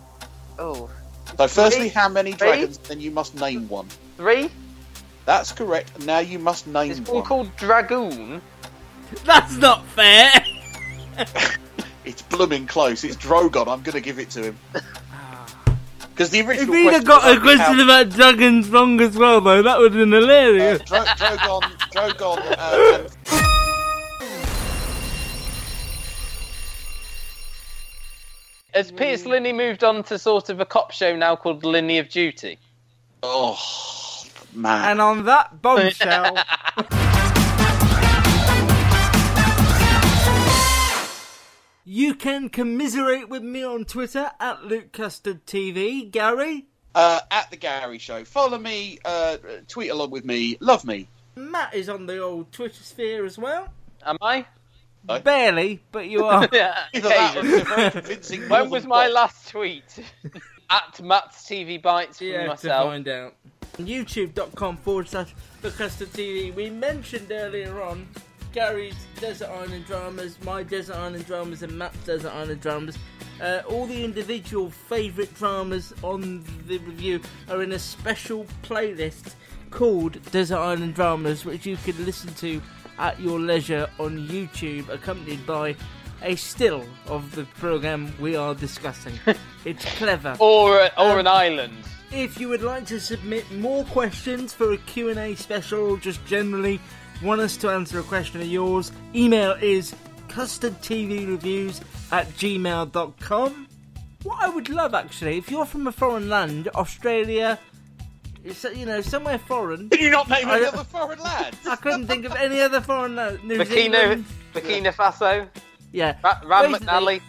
S5: Oh.
S8: So, firstly,
S5: Three?
S8: how many
S5: Three?
S8: dragons? Then you must name one.
S5: Three?
S8: That's correct. and Now you must name
S5: It's one
S8: one.
S5: called Dragoon.
S3: That's not fair.
S8: It's blooming close. It's Drogon. I'm going to give it to him.
S3: Ah.
S8: Because the
S3: if
S8: original
S3: he'd
S8: question
S3: have got a
S8: was how-
S3: question about Dragons wrong as well, though, that would have been hilarious.
S8: Dro- Drogon, Drogon, uh, and
S5: Has Pierce Linney moved on to sort of a cop show now called Linney of Duty?
S8: Oh, man.
S3: And on that bombshell, you can commiserate with me on Twitter at Luke Custard TV. Gary,
S8: Uh, at the Gary Show. Follow me, uh, tweet along with me, love me.
S3: Matt is on the old Twitter sphere as well.
S5: Am I?
S3: Barely, but you are.
S5: yeah. occasionally. when was my last tweet? at Matt's TV Bites for
S3: Yeah, to
S5: myself.
S3: find out. YouTube.com forward slash The Custard TV. We mentioned earlier on Gary's Desert Island Dramas, my Desert Island Dramas, and Matt's Desert Island Dramas. Uh, all the individual favourite dramas on the review are in a special playlist called Desert Island Dramas, which you can listen to at your leisure on YouTube, accompanied by a still of the programme we are discussing. it's clever.
S5: Or, a, or
S3: Um,
S5: an island.
S3: if you would like to submit more questions for a Q&A special or just generally want us to answer a question of yours, email is custardtvreviews at gmail.com. What I would love, actually, if you're from a foreign land, Australia, it's, you know, somewhere foreign... Did
S8: you not name
S3: any
S8: other foreign land?
S3: I couldn't think of any other foreign land. New
S5: Burkina,
S3: Zealand.
S5: Burkina Faso.
S3: Yeah.
S5: Ra- Ram
S3: Basically-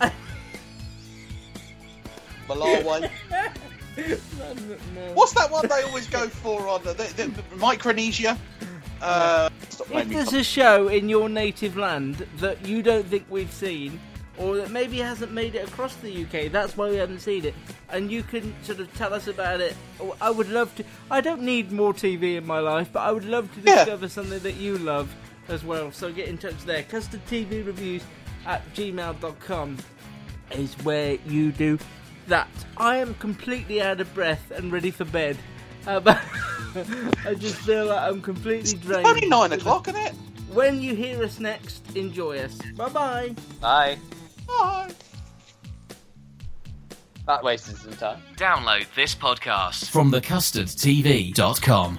S5: McNally.
S8: Malawi. What's that one they always go for on the, the, the Micronesia? Uh, stop
S3: If
S8: making me
S3: there's
S8: come-
S3: a show in your native land that you don't think we've seen, or that maybe hasn't made it across the UK, that's why we haven't seen it, and you can sort of tell us about it. or I would love to. I don't need more TV in my life, but I would love to discover something that you love as well. So get in touch there. Custard TV reviews at gmail.com is where you do that. I am completely out of breath and ready for bed. Uh, but I just feel like I'm completely drained.
S8: only nine o'clock, isn't it?
S3: When you hear us next, enjoy us. Bye bye.
S5: Bye.
S8: Bye.
S5: That wasted some time.
S1: Download this podcast.
S7: from thecustardtv.com.